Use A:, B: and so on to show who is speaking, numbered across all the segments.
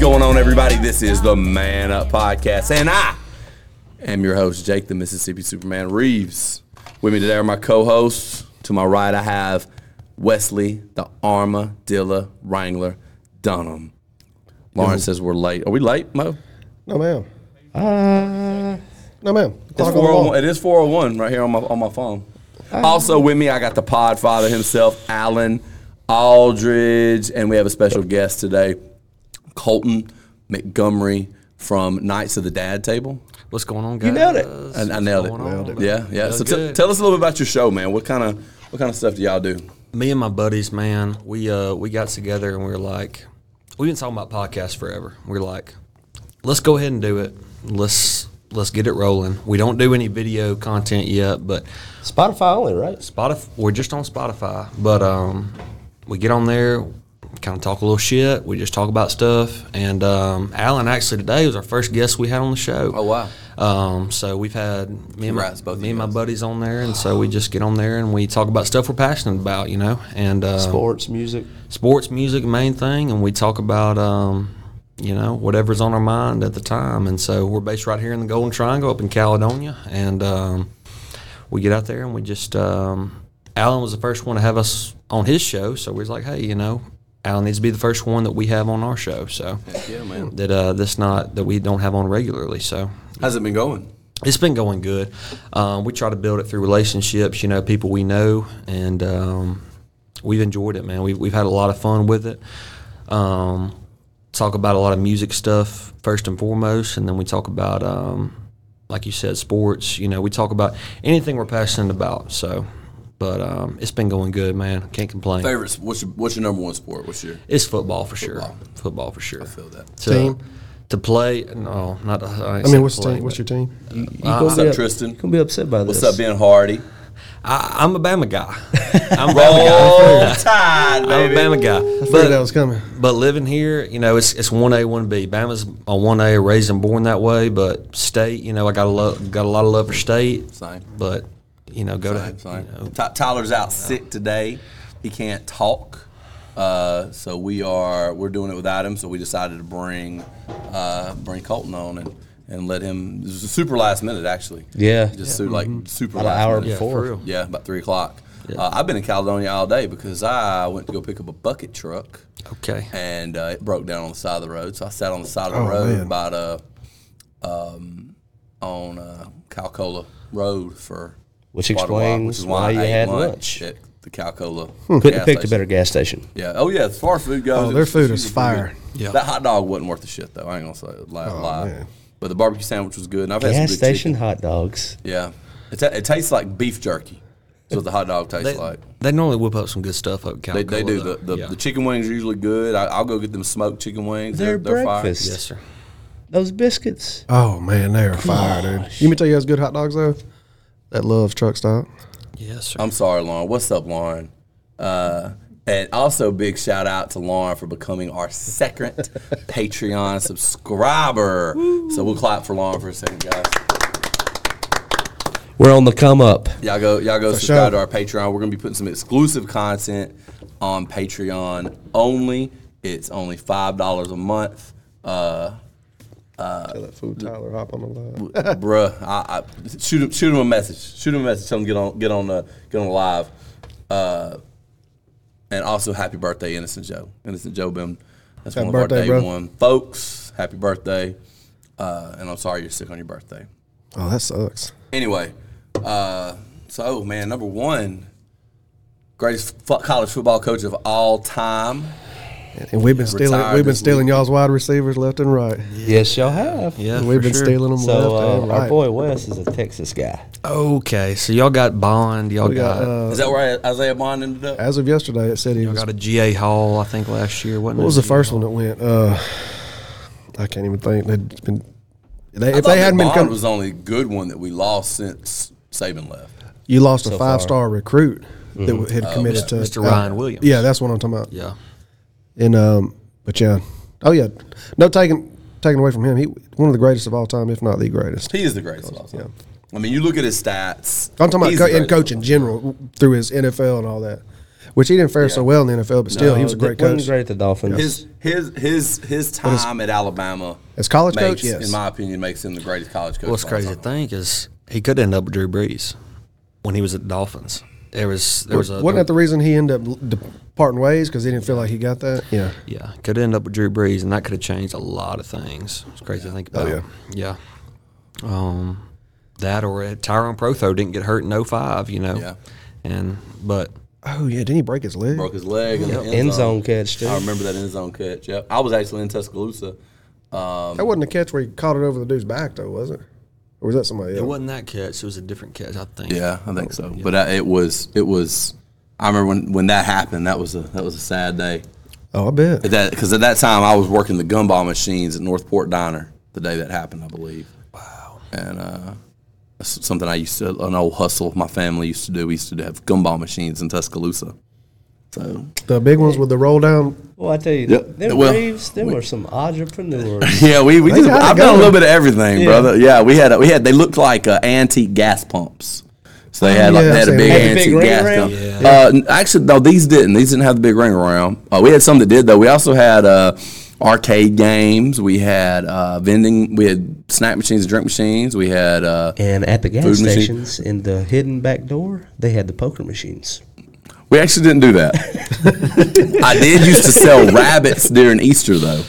A: going on, everybody? This is the Man Up Podcast, and I am your host, Jake, the Mississippi Superman Reeves. With me today are my co-hosts. To my right, I have Wesley, the Armadillo Wrangler Dunham. Lauren says we're late. Are we late, Mo?
B: No, ma'am. no, ma'am.
A: It's
B: Clock on the wall. Uh-huh.
A: 401 It is 401 right here on my on my phone. also with me, I got the Podfather himself, Alan Aldridge, and we have a special guest today, Colton Montgomery from Knights of the Dad Table.
C: What's going on, guys? You
A: nailed it. I, I nailed, it.
C: Nailed
A: Yeah, yeah.
C: That
A: So
C: was
A: t-
C: good.
A: tell us a little bit about your show, man. What kind of what kind of stuff do y'all do?
C: Me and my buddies, man, we uh we got together and we were like, we've been talking about podcasts forever. We are like, let's go ahead and do it. Let's let's get it rolling. We don't do any video content yet, but
B: Spotify only, right?
C: Spotify we're just on Spotify. But um we get on there, kind of talk a little shit. We just talk about stuff. And um Alan actually today was our first guest we had on the show.
A: Oh, wow.
C: Um, so we've had me and, my,
A: Congrats, both of
C: me
A: you
C: and my
A: guys.
C: buddies on there, and so we just get on there and we talk about stuff we're passionate about, you know, and uh,
B: Sports, music.
C: sports, music, main thing, and we talk about um, you know whatever's on our mind at the time. And so we're based right here in the Golden Triangle up in Caledonia, and um, we get out there and we just um, Alan was the first one to have us on his show, so we was like, hey, you know, Alan needs to be the first one that we have on our show, so
A: Yeah, man.
C: that uh, that's not that we don't have on regularly, so
A: How's it been going?
C: it's been going good. Um, we try to build it through relationships, you know, people we know, and um, we've enjoyed it, man. We've, we've had a lot of fun with it. Um, talk about a lot of music stuff first and foremost, and then we talk about, um, like you said, sports. You know, we talk about anything we're passionate about. So, but um, it's been going good, man. Can't complain.
A: Favorites? What's your what's your number one sport? What's your
C: It's football for sure. Football for sure. I
A: feel that.
C: To,
B: Team?
C: to play? No, not. I,
B: I mean, what's,
C: play,
B: team, what's
C: but-
B: your team?
A: What's
B: Uh,
A: up, Tristan?
D: Gonna be upset by
A: What's
D: this.
A: up, Ben Hardy?
C: I, I'm a Bama guy. I'm a Bama guy.
A: Roll Tide,
C: I'm a
A: baby.
C: Bama guy.
B: I figured that
C: But,
B: was coming.
C: but living here, you know, it's it's one A, one B. Bama's a one A, raised and born that way. But state, you know, I got a love, got a lot of love for state.
A: Same.
C: But you know, go
A: I'm
C: to
A: sorry.
C: you know,
A: Ty- Tyler's out sick today. He can't talk. Uh, so we are we're doing it without him. So we decided to bring uh, bring Colton on and, and let him. This was super last minute actually.
D: Yeah.
A: Just su- like
C: Mm-hmm.
A: super
D: About an
A: last
D: hour
A: minute.
C: yeah,
D: Four.
C: for real.
A: Yeah, about three o'clock. Uh, I've been in Caledonia all day because I went to go pick up a bucket truck
C: Okay.
A: and uh, it broke down on the side of the road. So I sat on the side of the
B: Oh,
A: road
B: man.
A: about uh, um, on uh, Calcola Road for
D: Which
A: quite a while,
D: explains why you
A: ate
D: had lunch. Hmm.
A: at the Calcola.
D: Couldn't
A: gas
D: have picked a
A: station.
D: better gas station.
A: Yeah. Oh yeah. As far as food goes,
B: Oh,
A: it
B: their
A: was-
B: food
A: it was
B: is
A: pretty
B: fire. Oh,
A: good.
C: Yeah.
A: That hot dog wasn't worth the shit though. I ain't gonna say it. Lie, lie.
B: man.
A: But the barbecue sandwich was good, and I've had
D: Gas
A: some good
D: station
A: chicken.
D: hot dogs.
A: Yeah. It, ta- it tastes like beef jerky. That's what the hot dog tastes
C: They,
A: like.
C: they normally whip up some good stuff up.
A: They, they do the the, the chicken wings are usually good. I, I'll go get them smoked chicken wings. They're,
D: Their
A: they're fire.
D: breakfast.
C: yes, sir.
D: Those biscuits.
B: Oh, man, they are fire, dude. You mean tell you guys good hot dogs, though? That loves truck stop.
C: Yes, sir.
A: I'm sorry, Lauren. What's up, Lauren? Uh, and also, big shout out to Lauren for becoming our second Patreon subscriber. So we'll clap for Lauren for a second, guys.
D: We're on the come up.
A: Y'all go, y'all go subscribe
B: sure.
A: to our Patreon. We're gonna be putting some exclusive content on Patreon only. It's only five dollars a month. Uh,
B: Tell that food Tyler hop on the line.
A: bruh, I, I, shoot him, shoot him a message. Shoot him a message. Tell him get on, get on the, get on the live. Uh, and also, happy birthday, Innocent Joe. Innocent Joe been that's
B: Happy
A: one of
B: birthday,
A: our day
B: bro.
A: one folks. Happy birthday. Uh, and I'm sorry you're sick on your birthday.
B: Oh, that sucks.
A: Anyway, uh, so man, number one, greatest f- college football coach of all time.
B: And we've been stealing,
A: Retired
B: we've been
A: this
B: stealing y'all's wide receivers left and right.
D: Yes, y'all have.
C: Yeah,
B: we've
C: for
B: been
C: sure.
B: stealing them
D: So
B: left
D: uh,
B: and
D: our
B: right.
D: boy Wes is a Texas guy.
C: Okay, so y'all got Bond. Y'all
B: we got,
C: got.
B: uh,
A: Is that where Isaiah Bond ended up?
B: as of yesterday, it said he
C: y'all
B: was.
C: got a GA Hall, I think, last year. Wasn't
B: What
C: it?
B: was the first one that went? Uh, I can't even think. They'd been, they,
A: I
B: if
A: thought
B: they
A: that
B: hadn't been
A: Bond
B: coming,
A: was the only good one that we lost since Saban left.
B: You lost a
D: so
B: five star recruit that w had
A: Uh,
B: committed to uh,
C: Mr. Ryan Williams.
B: Yeah, that's what I'm talking about.
C: Yeah.
B: And um, but yeah, oh yeah, no taking taken away from him. He one of the greatest of all time, if not the greatest.
A: He is the greatest of all time. I mean, you look at his stats.
B: I'm talking about
A: he's
B: co-
A: the
B: in
A: greatest.
B: coaching general through his NFL and all that. which he didn't fare so well in the NFL, but still, he was a great
D: Uh, wasn't
B: coach.
D: great at the Dolphins.
A: His his his his time at Alabama
B: As college
A: makes,
B: coach, yes.
A: in my opinion, makes him the greatest college coach.
C: What's
A: of all
C: crazy to
A: time.
C: think is he could end up with Drew Brees when he was at the Dolphins. There was there was a
B: Wasn't that uh, the reason he ended up de- parting ways because he didn't feel like he got that? Yeah.
C: yeah could end up with Drew Brees, and that could have changed a lot of things. It's crazy to think about.
B: yeah.
C: yeah, Um, that or uh, Tyrone Protho didn't get hurt in 05, You know,
A: Yeah.
C: and but
B: Oh yeah, didn't he break his leg?
A: broke his leg in the end,
D: End zone catch, too.
A: I remember that end zone catch. Yep, I was actually in Tuscaloosa. Um,
B: That wasn't a catch where he caught it over the dude's back though, was it? Or was that somebody
C: it
B: else?
C: wasn't that catch. It was a different catch, I think.
A: yeah, I think so. But I, it was it was. I remember when, when that happened. That was a that was a sad day.
B: Oh, I bet.
A: At that because at that time I was working the gumball machines at Northport Diner the day that happened, I believe. Wow. And uh, that's something I used to an old hustle my family used to do. We used to have gumball machines in Tuscaloosa. So
B: The big ones with the roll down.
D: Well, I tell you,
A: Yep.
D: them
A: Well,
D: Braves, them were some entrepreneurs.
A: yeah, we, we
B: They
A: just,
B: got it
A: I've done a
B: going.
A: little bit of everything,
D: Yeah.
A: brother. Yeah, we had a, we had they looked like uh, antique gas pumps. So they had like
B: yeah,
A: they had a
B: I've
A: big
B: seen
D: that. Had the
A: antique
D: big ring
A: gas
D: around?
A: pump. Uh, n- actually, no, these didn't. These didn't have the big ring around. Uh, we had some that did though. We also had uh, arcade games. We had uh, vending. We had snack machines, and drink machines. We had uh,
D: and at the gas
A: Food machine.
D: stations in the hidden back door, they had the poker machines.
A: We actually didn't do that. I did used to sell rabbits during Easter though.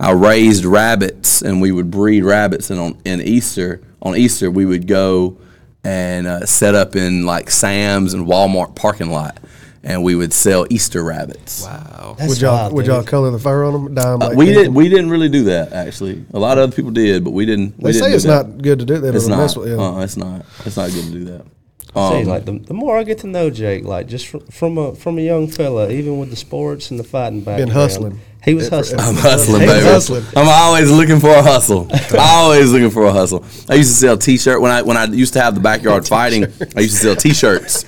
A: I raised rabbits and we would breed rabbits and on in Easter on Easter we would go and uh, set up in like Sam's and Walmart parking lot and we would sell Easter rabbits.
C: Wow.
D: That's
B: Would y'all
D: wild,
B: would
D: dude.
B: y'all color the fur on them? Dime
A: Uh,
B: like
A: we
B: pink
A: didn't
B: and-
A: we didn't really do that actually. A lot of other people did, but we didn't.
B: They
A: we didn't
B: say
A: do
B: it's
A: that.
B: not good to do that.
A: It's
B: It's
A: not.
B: Mess with, yeah.
A: Uh, it's not. It's not good to do that.
D: Say,
A: Um,
D: like the, the more I get to know Jake, like just fr- from a from a young fella, even with the sports and the fighting back,
B: hustling.
D: He was hustling.
A: I'm hustling,
D: He was
A: baby.
B: hustling.
A: I'm always looking for a hustle. always looking for a hustle. I used to sell T-shirt when I when I used to have the backyard fighting. I used to sell T-shirts.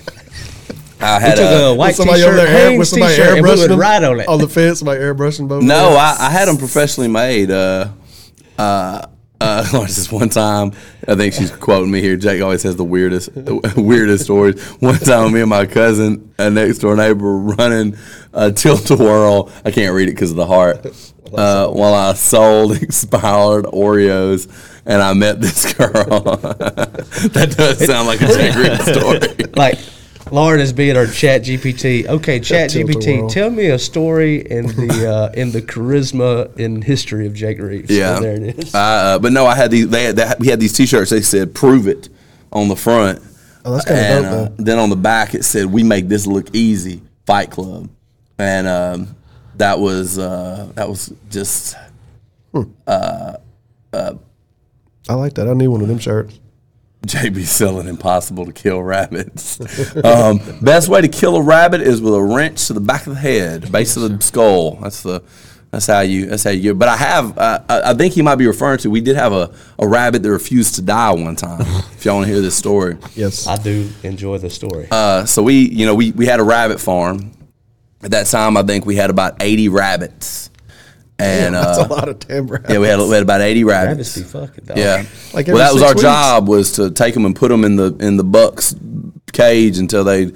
A: I had
D: took
A: a,
D: a white
B: Uh, somebody over
D: t-shirt,
B: there air-
D: Hanes
B: with somebody
D: t-shirt, and we
B: airbrushing
D: would
B: them
D: ride on it.
B: on the fence. Somebody airbrushing both.
A: no. I, I had them professionally made. Uh, uh, uh, there was this one time, I think she's quoting me here. Jake always has the weirdest, weirdest stories. One time, me and my cousin, a next door neighbor, were running a tilt a whirl. I can't read it because of the heart. Uh, while I sold expired Oreos, and I met this girl. that does sound like a Jake Reed story.
D: like Lauren is being our Chat GPT. Okay, Chat GPT,
B: tilt-a-whirl.
D: tell me a story in the uh, in the charisma and history of Jake Reeves.
A: Yeah,
D: And there it is.
A: Uh, uh, but no, I had these. They had, they, had- we had these T-shirts. They said "Prove it" on the front,
B: Oh, that's kinda
A: and
B: dope,
A: uh,
B: though.
A: then on the back it said "We make this look easy." Fight Club, and um, that was uh, that was just
B: I like that. I need one of them shirts.
A: JB selling impossible to kill rabbits. um, best way to kill a rabbit is with a wrench to the back of the head, base of the skull. That's the that's how you that's how you. But I have uh, I I think he might be referring to. We did have a, a rabbit that refused to die one time. if y'all want to hear this story,
B: Yes.
D: I do enjoy the story.
A: uh, so we you know we we had a rabbit farm. At that time, I think we had about eighty rabbits, and
B: that's
A: uh,
B: a lot of timber.
A: yeah, we had, we had about eighty rabbits.
D: Travis be fucking dog.
A: Yeah.
B: Like
A: well,
B: every
A: that was
B: six
A: our
B: weeks.
A: job was to take them and put them in the in the buck's cage until they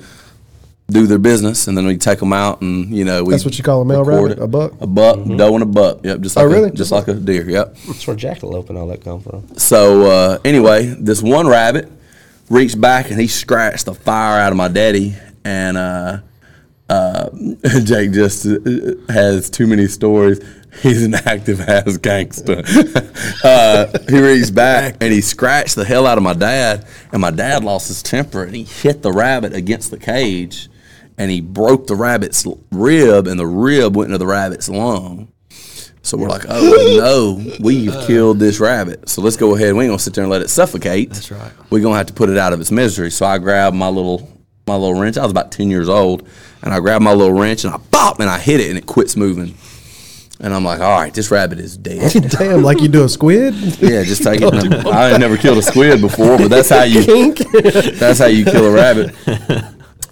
A: do their business, and then we take them out and you know we.
B: That's what you call a male
A: record
B: rabbit, a buck?
A: a buck, doe, and a buck. Yep, just
B: Oh,
A: like a,
B: really?
A: just like a deer. Yep.
D: That's where jackalope and all that come from.
A: So uh, anyway, this one rabbit reached back and he scratched the fire out of my daddy, and uh, uh, Jake just uh, has too many stories. He's an active ass gangster. uh, he reached back and he scratched the hell out of my dad, and my dad lost his temper and he hit the rabbit against the cage, and he broke the rabbit's rib, and the rib went into the rabbit's lung. So we're like, oh no, we've killed this rabbit. So let's go ahead. We ain't gonna sit there and let it suffocate. That's
C: right.
A: We're gonna have to put it out of its misery. So I grabbed my little my little wrench. I was about ten years old, and I grabbed my little wrench and I bop and I hit it and it quits moving. And I'm like, all right, this rabbit is dead.
B: Damn, like you do a squid.
A: yeah, just take it. I ain't never killed a squid before, but that's how you that's how you kill a rabbit.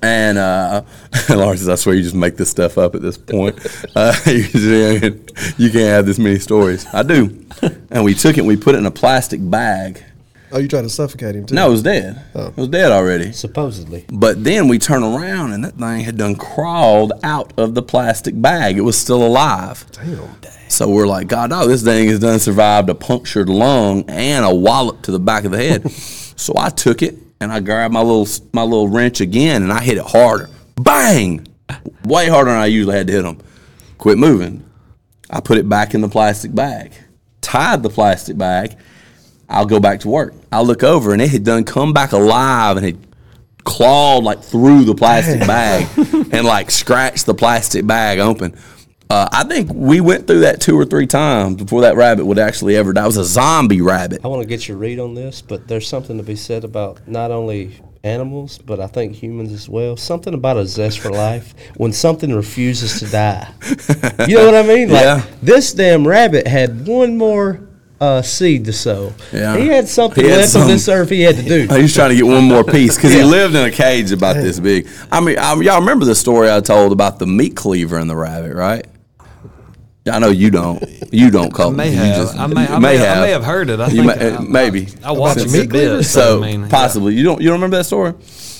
A: And uh, Lauren says, I swear you just make this stuff up at this point. Uh, you can't you can't have this many stories. I do. And we took it and we put it in a plastic bag
B: Oh, you tried to suffocate him too?
A: No, it was dead. It was dead already.
D: supposedly.
A: But then we turn around and that thing had done crawled out of the plastic bag. It was still alive.
B: Damn.
A: So we're like, God, no, this thing has done survived a punctured lung and a wallop to the back of the head. so I took it and I grabbed my little my little wrench again and I hit it harder. Bang! Way harder than I usually had to hit them. Quit moving. I put it back in the plastic bag, tied the plastic bag. I'll go back to work. I look over and it had done come back alive and had clawed like through the plastic bag and like scratched the plastic bag open. Uh, I think we went through that two or three times before that rabbit would actually ever die. It was a zombie rabbit.
D: I want to get your read on this, but there's something to be said about not only animals, but I think humans as well. Something about a zest for life when something refuses to die. You know what I mean? Like
A: Yeah.
D: this damn rabbit had one more uh, seed to sow.
A: Yeah.
D: He had something
A: He had
D: left on this
A: some-
D: earth he had to do.
A: He was Uh, trying to get one more piece because he lived in a cage about this big. I mean, I, y'all remember the story I told about the meat cleaver and the rabbit, right? I know you don't. You don't call.
C: I may
A: you
C: have.
A: just-
C: I may, I
A: you
C: may have. I may have heard it. I
A: You
C: think
A: may-
C: I- I-
A: maybe.
C: I watched
B: About
C: it
B: the
C: a
B: meat cleaver?
C: bit.
A: So
C: I mean,
A: possibly you don't. You don't remember that story?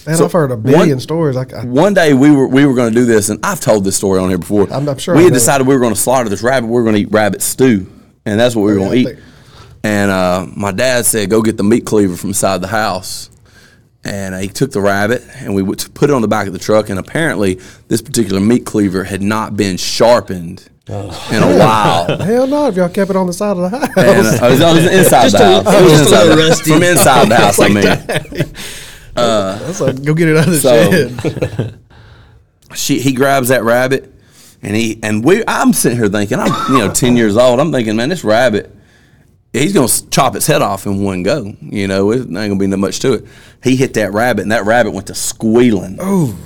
B: Man,
A: So
B: I've heard a
A: one-
B: billion stories. Like, I,
A: One day we were we were going to do this, and I've told this story on here before.
B: I'm- I'm sure
A: we
B: I
A: had
B: know.
A: decided we were going to slaughter this rabbit. We were going to eat rabbit stew, and that's what we were
B: yeah,
A: going
B: I
A: to eat.
B: think-
A: And uh, my dad said, "Go get the meat cleaver from inside the house." And uh, he took the rabbit, and we would put it on the back of the truck. And apparently, this particular meat cleaver had not been sharpened in a while.
B: hell no, if y'all kept it on the side of the house.
A: And uh, it was, it was inside the house. It was inside the- From inside the house, I mean.
B: That's like, go get it out of the
A: So-
B: shed.
A: she he grabs that rabbit and he and we I'm sitting here thinking I'm you know 10 years old I'm thinking man this rabbit he's going to chop its head off in one go you know it ain't going to be not much to it he hit that rabbit and that rabbit went to squealing oh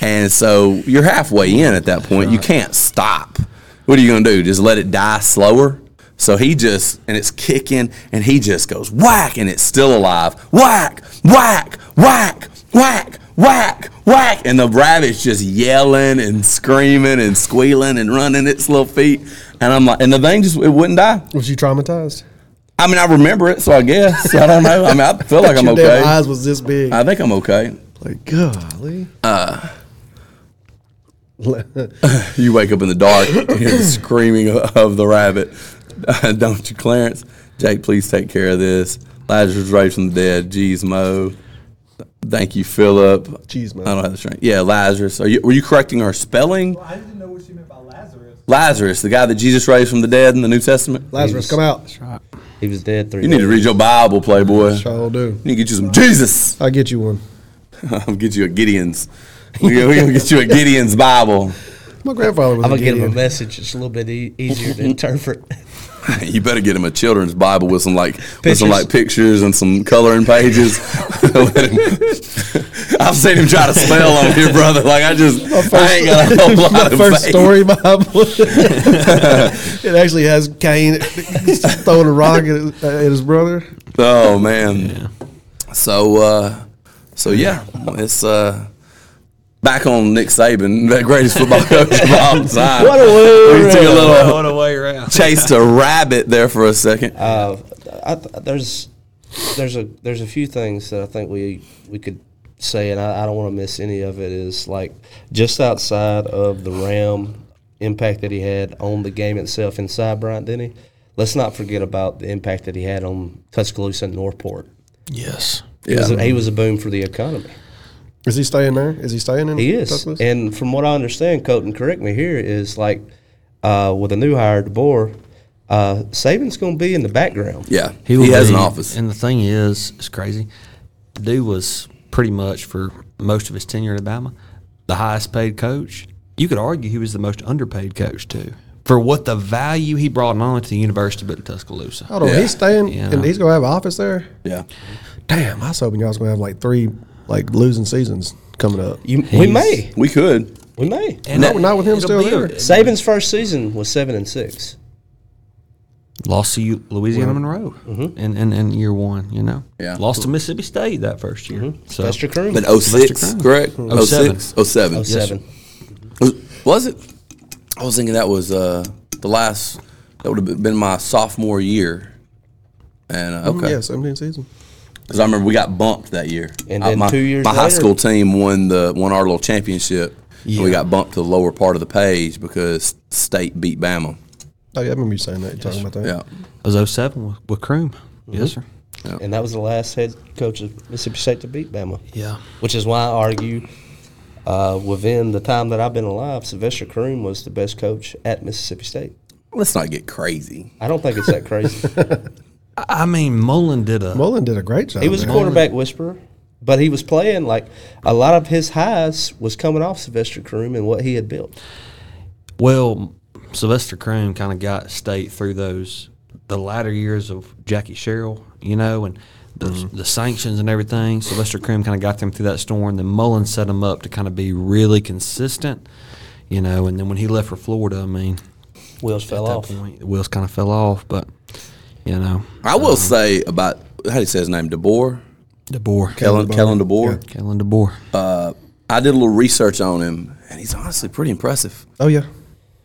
A: and so you're halfway in at that point you can't stop what are you going to do just let it die slower so he just and it's kicking and he just goes whack and it's still alive whack whack whack whack whack, whack. And the rabbit's just yelling and screaming and squealing and running its little feet. And I'm like, and the thing just, it wouldn't die.
B: Was you traumatized?
A: I mean, I remember it, so I guess. I don't know. I mean, I feel like I'm
B: Your damn
A: okay.
B: eyes was this big.
A: I think I'm okay.
B: like, golly.
A: You wake up in the dark, you hear the screaming of, of the rabbit. don't you, Clarence? Jake, please take care of this. Lazarus raised from the dead. Jeez, Mo. Thank you, Philip.
B: Jeez, Mo.
A: I don't have the strength. Yeah, Lazarus. Are you, were you correcting her spelling?
E: I didn't know what she meant by Lazarus.
A: Lazarus, the guy that Jesus raised from the dead in the New Testament.
B: Lazarus, come out.
D: He was dead three
A: You need to
D: days.
A: read your Bible, Playboy. You
B: Sure do.
A: need to get you some Jesus.
B: I'll get you one.
A: I'll get you a Gideon's. We're going to get you a Gideon's Bible.
B: My grandfather was
D: I'm
B: a
D: gonna get him a
B: Gideon.
D: message. It's a little bit e- easier to interpret.
A: You better get him a children's Bible with some like with some
D: Pictures.
A: like pictures and some coloring pages. Let him- I've seen him try to spell on here, brother. Like I just I ain't got a whole lot
B: My
A: of
B: first
A: faith.
B: story Bible. it actually has Cain throwing a rock at his, at his brother.
A: Oh man. So uh so yeah, it's uh back on Nick Saban, the greatest football coach of all time.
D: What a way
A: we took a
D: around.
A: little
C: what a way around.
A: chased a rabbit there for a second.
D: Uh, I th- there's there's a there's a few things that I think we we could say, and I, I don't want to miss any of it. Is like just outside of the Ram impact that he had on the game itself inside Bryant, didn't he? Let's not forget about the impact that he had on Tuscaloosa and Northport.
C: Yes.
D: He, was a,
A: Yeah.
D: he was a boom for the economy.
B: Is he staying there? Is he staying in?
D: He is,
B: Tuscaloosa?
D: and from what I understand, Colton, correct me here, is like uh, with a new hire, DeBoer, uh, Saban's going to be in the background.
A: Yeah. He, has an
C: be-
A: office.
C: And the thing is, it's crazy. Dude was pretty much for most of his tenure at Alabama the highest paid coach. You could argue he was the most underpaid coach too, for what the value he brought not only to the university but to Tuscaloosa.
B: Hold on,
A: Yeah.
B: he's staying,
C: Yeah.
B: and he's gonna have an office there.
A: Yeah.
B: Damn, I was hoping y'all was gonna have like three like losing seasons coming up.
D: You, we
C: He's-
D: may,
A: We could.
D: we may.
C: And
B: No, not with him still
C: be a-
B: there.
D: Saban's first season was seven and six.
C: Lost to U- Louisiana Monroe in, in, in year one, you know.
A: Yeah.
C: Lost to Mississippi State that first year. So
D: Buster Crew,
A: But 06,
C: Crown.
A: correct?
C: 07.
A: 06? 07.
D: oh seven.
A: Was- Was it? I was thinking that was uh, the last, that would have been my sophomore year. And uh, okay.
D: Oh,
B: Yeah, seventeen season.
A: Because I remember we got bumped that year.
D: And
A: I-
D: then
A: my,
D: two years
A: my high
D: later-
A: school team won the won our little championship. And we got bumped to the lower part of the page because state beat Bama.
B: Oh yeah, I remember you saying that. You talking about that?
A: Yeah,
C: It was 07 with, with Croom. Yes, sir.
D: and that was the last head coach of Mississippi State to beat Bama.
C: Yeah.
D: which is why I argue uh, within the time that I've been alive, Sylvester Croom was the best coach at Mississippi State.
A: let's not get crazy.
D: I don't think it's that crazy.
C: I, I mean, Mullen did a.
B: Mullen did a great job.
D: he was a
B: man.
D: quarterback whisperer, but he was playing like a lot of his highs was coming off Sylvester Croom and what he had built.
C: Well, Sylvester Croom kind of got state through those the latter years of Jackie Sherrill, you know, and the,
D: Mm-hmm.
C: the sanctions and everything. Sylvester Croom kind of got them through that storm. Then Mullen set them up to kind of be really consistent, you know. And then when he left for Florida, I mean,
D: Wheels fell
C: at
D: off.
C: that point the wheels kind of fell off. But you know,
A: I
D: Uh-huh.
A: will say about how do you say his name? DeBoer,
C: DeBoer,
A: Kellen, Kellen DeBoer.
C: Kellen DeBoer.
A: I did a little research on him, and he's honestly pretty impressive.
B: Oh yeah.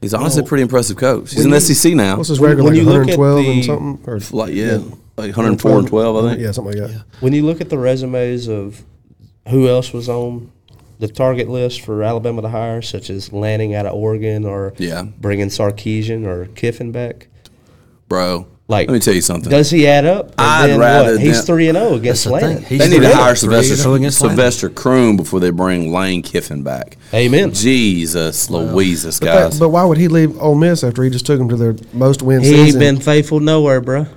A: He's honestly pretty impressive coach. He's in the SEC now.
B: What's his
D: When-
B: record?
D: when
B: Like
D: you look at
B: 112
D: the-
B: and something, or
A: Like yeah, like 104 and 12, I think.
B: Yeah, something like that.
D: When you look at the resumes of who else was on the target list for Alabama to hire, such as Lanning out of Oregon or
A: Yeah.
D: bringing Sarkeesian or Kiffin back,
A: bro.
D: Like,
A: let me tell you something.
D: does he add up? And
A: I'd
D: then
A: rather
D: what? He's
A: them-
D: three and zero against
C: the
D: Lanning.
C: thing. He's
A: they need to
C: three-
A: hire
C: three to go
A: Sylvester
C: against Lane.
A: Sylvester Croom before they bring Lane Kiffin back.
D: Amen.
A: Jesus, Louises,
B: But, that-
A: guys.
B: but why would he leave Ole Miss after he just took him to their most win
D: He ain't
B: season?
D: been faithful nowhere, bro.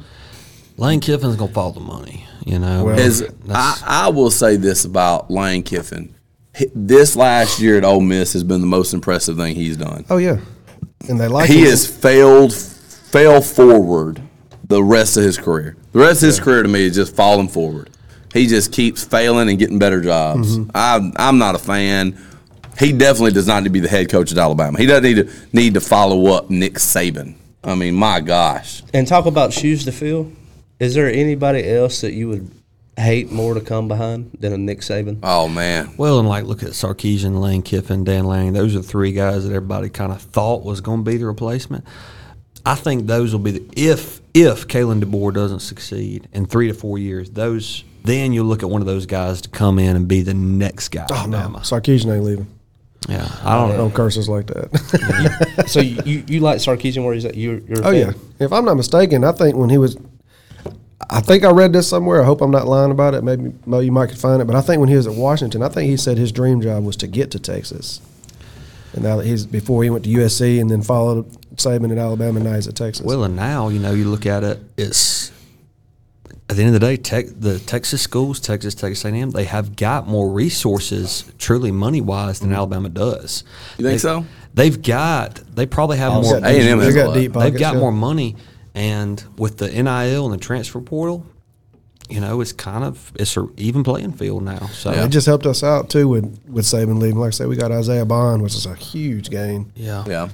C: Lane Kiffin's gonna follow the money, you know.
B: Well-
A: Is- I,
C: That's-
A: I will say this about Lane Kiffin. Hi- This last year at Ole Miss has been the most impressive thing he's done.
B: oh yeah, and they like
A: He
B: him.
A: has failed, fell forward the rest of his career. The rest of his career to me is just falling forward. He just keeps failing and getting better jobs.
B: Mm-hmm.
A: I'm, I'm not a fan. He definitely does not need to be the head coach at Alabama. He doesn't need to need to follow up Nick Saban. I mean, my gosh.
D: And talk about shoes to fill. Is there anybody else that you would hate more to come behind than a Nick Saban?
A: Oh man.
C: Well, and like look at Sarkeesian, Lane Kiffin, Dan Lanning. Those are three guys that everybody kind of thought was going to be the replacement. I think those will be the if if Kalen DeBoer doesn't succeed in three to four years, those then you'll look at one of those guys to come in and be the next guy.
B: Oh
C: at
B: no, Oh,
C: Alabama.
B: Sarkeesian ain't leaving.
C: Yeah, I don't know.
B: Don't curse us like that.
D: so you, you, you like Sarkeesian where he's at? You're, you're a
B: oh
D: fan?
B: yeah, if I'm not mistaken, I think when he was, I think I read this somewhere. I hope I'm not lying about it. Maybe Mo, you might could find it, but I think when he was at Washington, I think he said his dream job was to get to Texas, and now that he's before he went to USC and then followed Saban at Alabama, and now he's at Texas.
C: Well, and now you know you look at it. It's at the end of the day, tech, the Texas schools, Texas, Texas A&M, they have got more resources, truly money wise,
B: Mm-hmm.
C: than Alabama does.
A: You think
C: They-
A: so?
C: They've got. They probably have
B: He's
C: more.
B: got
A: A&M
B: deep-
A: has
B: he's
A: a lot.
B: got deep pockets.
C: they've got
B: yeah.
C: more money, and with the NIL and the transfer portal, you know, it's kind of it's an even playing field now. So
B: It just helped us out too with with Saban leaving. Like I said, we got Isaiah Bond, which is a huge gain.
C: yeah,
A: Yeah.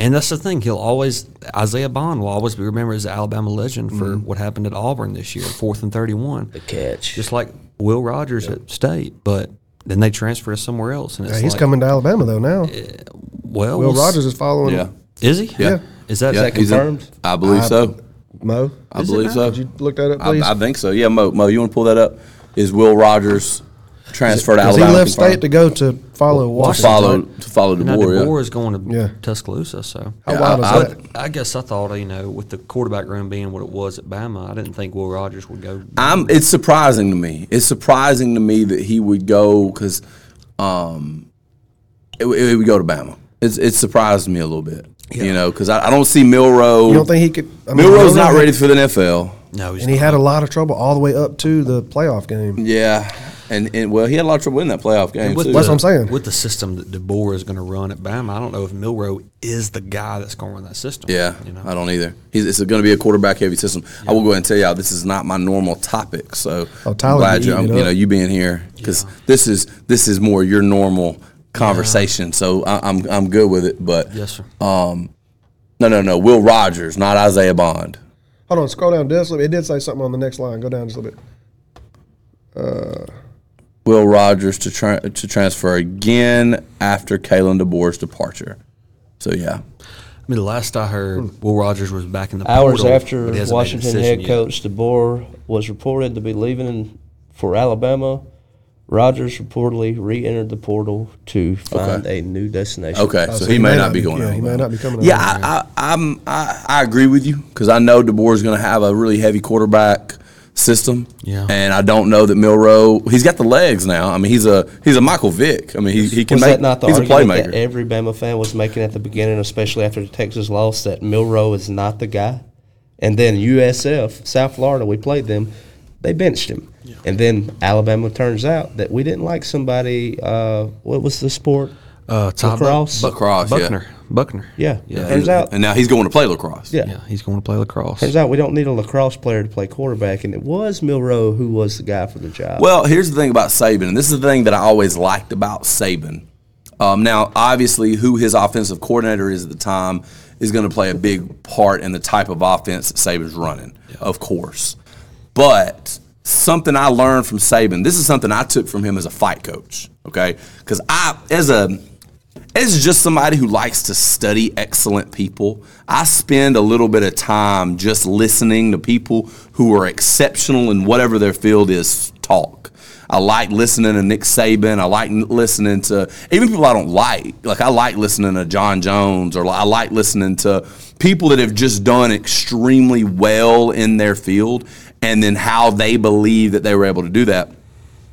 C: And that's the thing. He'll always Isaiah Bond will always be remembered as the Alabama legend for
B: Mm-hmm.
C: what happened at Auburn this year, fourth and thirty-one.
D: The catch.
C: just like Will Rogers at State, but then they transfer us somewhere else, and it's
B: Yeah, he's
C: like,
B: coming to Alabama though now. Will
C: Well, we'll s-
B: Rogers is following
A: Yeah.
C: is he?
A: Yeah.
C: is that,
A: yeah.
D: that
A: he's in-
D: confirmed?
A: I believe so.
B: Mo.
A: I believe so.
B: Could you look that up, please?
A: I, I think so. Yeah, Mo, Mo, you want to pull that up? Is Will Rogers transferred to
B: Because he
A: Alabama?
B: left
A: confirmed?
B: state to go to follow
A: to
B: Washington.
A: follow to follow
C: now
A: DeBoer.
C: DeBoer
A: yeah.
C: is going to
B: Yeah.
C: Tuscaloosa, so.
B: How wild
A: I- I-
B: is that?
C: I guess I thought, you know, with the quarterback room being what it was at Bama, I didn't think Will Rogers would go.
A: I'm. It's surprising to me. It's surprising to me that he would go because, um, it, would- it would go to Bama. It's it surprised me a little bit. You know, because I, I don't see Milrow.
B: You don't think he could? I mean,
A: Milrow's
B: Milrow-
A: not ready for the NFL?
C: No, he's
B: And he
C: not.
B: had a lot of trouble all the way up to the playoff game.
A: Yeah, and and well, he had a lot of trouble in that playoff game
C: With
A: too.
B: That's
C: the-
B: what I'm saying.
C: With the system that DeBoer is going to run at Bama, I don't know if Milrow is the guy that's going to run that system.
A: Yeah,
C: you know,
A: I don't either. He's, it's going to be a quarterback heavy system. I will go ahead and tell y'all this is not my normal topic, so
B: Oh, Tyler
A: I'm glad
B: be
A: you,
B: eating
A: I'm,
B: it
A: you
B: up.
A: know you being here because this is this is more your normal conversation. So I, I'm I'm good with it. But
C: yes, sir.
A: no, no, no. Will Rogers, not Isaiah Bond.
B: Hold on, scroll down just a little bit. It did say something on the next line. Go down just a little bit.
A: Will Rogers to tra- to transfer again after Kalen DeBoer's departure. So yeah,
C: I mean, the last I heard, Will Rogers was back in the
D: Hours
C: portal,
D: after
C: but he hasn't made a
D: Washington
C: decision
D: head
C: yet.
D: coach DeBoer was reported to be leaving For Alabama, Rogers reportedly re-entered the portal to find a new destination.
A: Okay, so, he, may, not be going.
B: Yeah, he may
A: Alabama.
B: not be coming.
A: Yeah,
B: out.
A: I, I, I'm. I, I agree with you because I know DeBoer is going to have a really heavy quarterback system.
C: Yeah.
A: and I don't know that Milrow. He's got the legs now. I mean, he's a he's a Michael Vick. I mean, he, he can
D: Was
A: make.
D: that not the
A: he's a
D: argument that
A: playmaker.
D: every Bama fan was making at the beginning, especially after the Texas loss, that Milrow is not the guy? And then USF, South Florida, we played them. They benched him. And then Alabama turns out that we didn't like somebody. Uh, what was the sport?
C: Uh, Ty
D: Lacrosse?
A: Lacrosse, yeah.
C: Buckner. Buckner.
D: Yeah.
C: Yeah.
D: Turns out.
A: And now he's going to play lacrosse.
D: Yeah.
C: Yeah, he's going to play lacrosse.
D: Turns out we don't need a lacrosse player to play quarterback, and it was Milrow who was the guy for the job.
A: Well, here's the thing about Saban, and this is the thing that I always liked about Saban. Um, now, obviously, who his offensive coordinator is at the time is going to play a big part in the type of offense that Saban's running, of course. But something I learned from Saban, this is something I took from him as a fight coach, okay? Because I, as a as just somebody who likes to study excellent people, I spend a little bit of time just listening to people who are exceptional in whatever their field is talk. I like listening to Nick Saban. I like n- listening to even people I don't like. Like I like listening to John Jones, or I like listening to people that have just done extremely well in their field, and then how they believe that they were able to do that.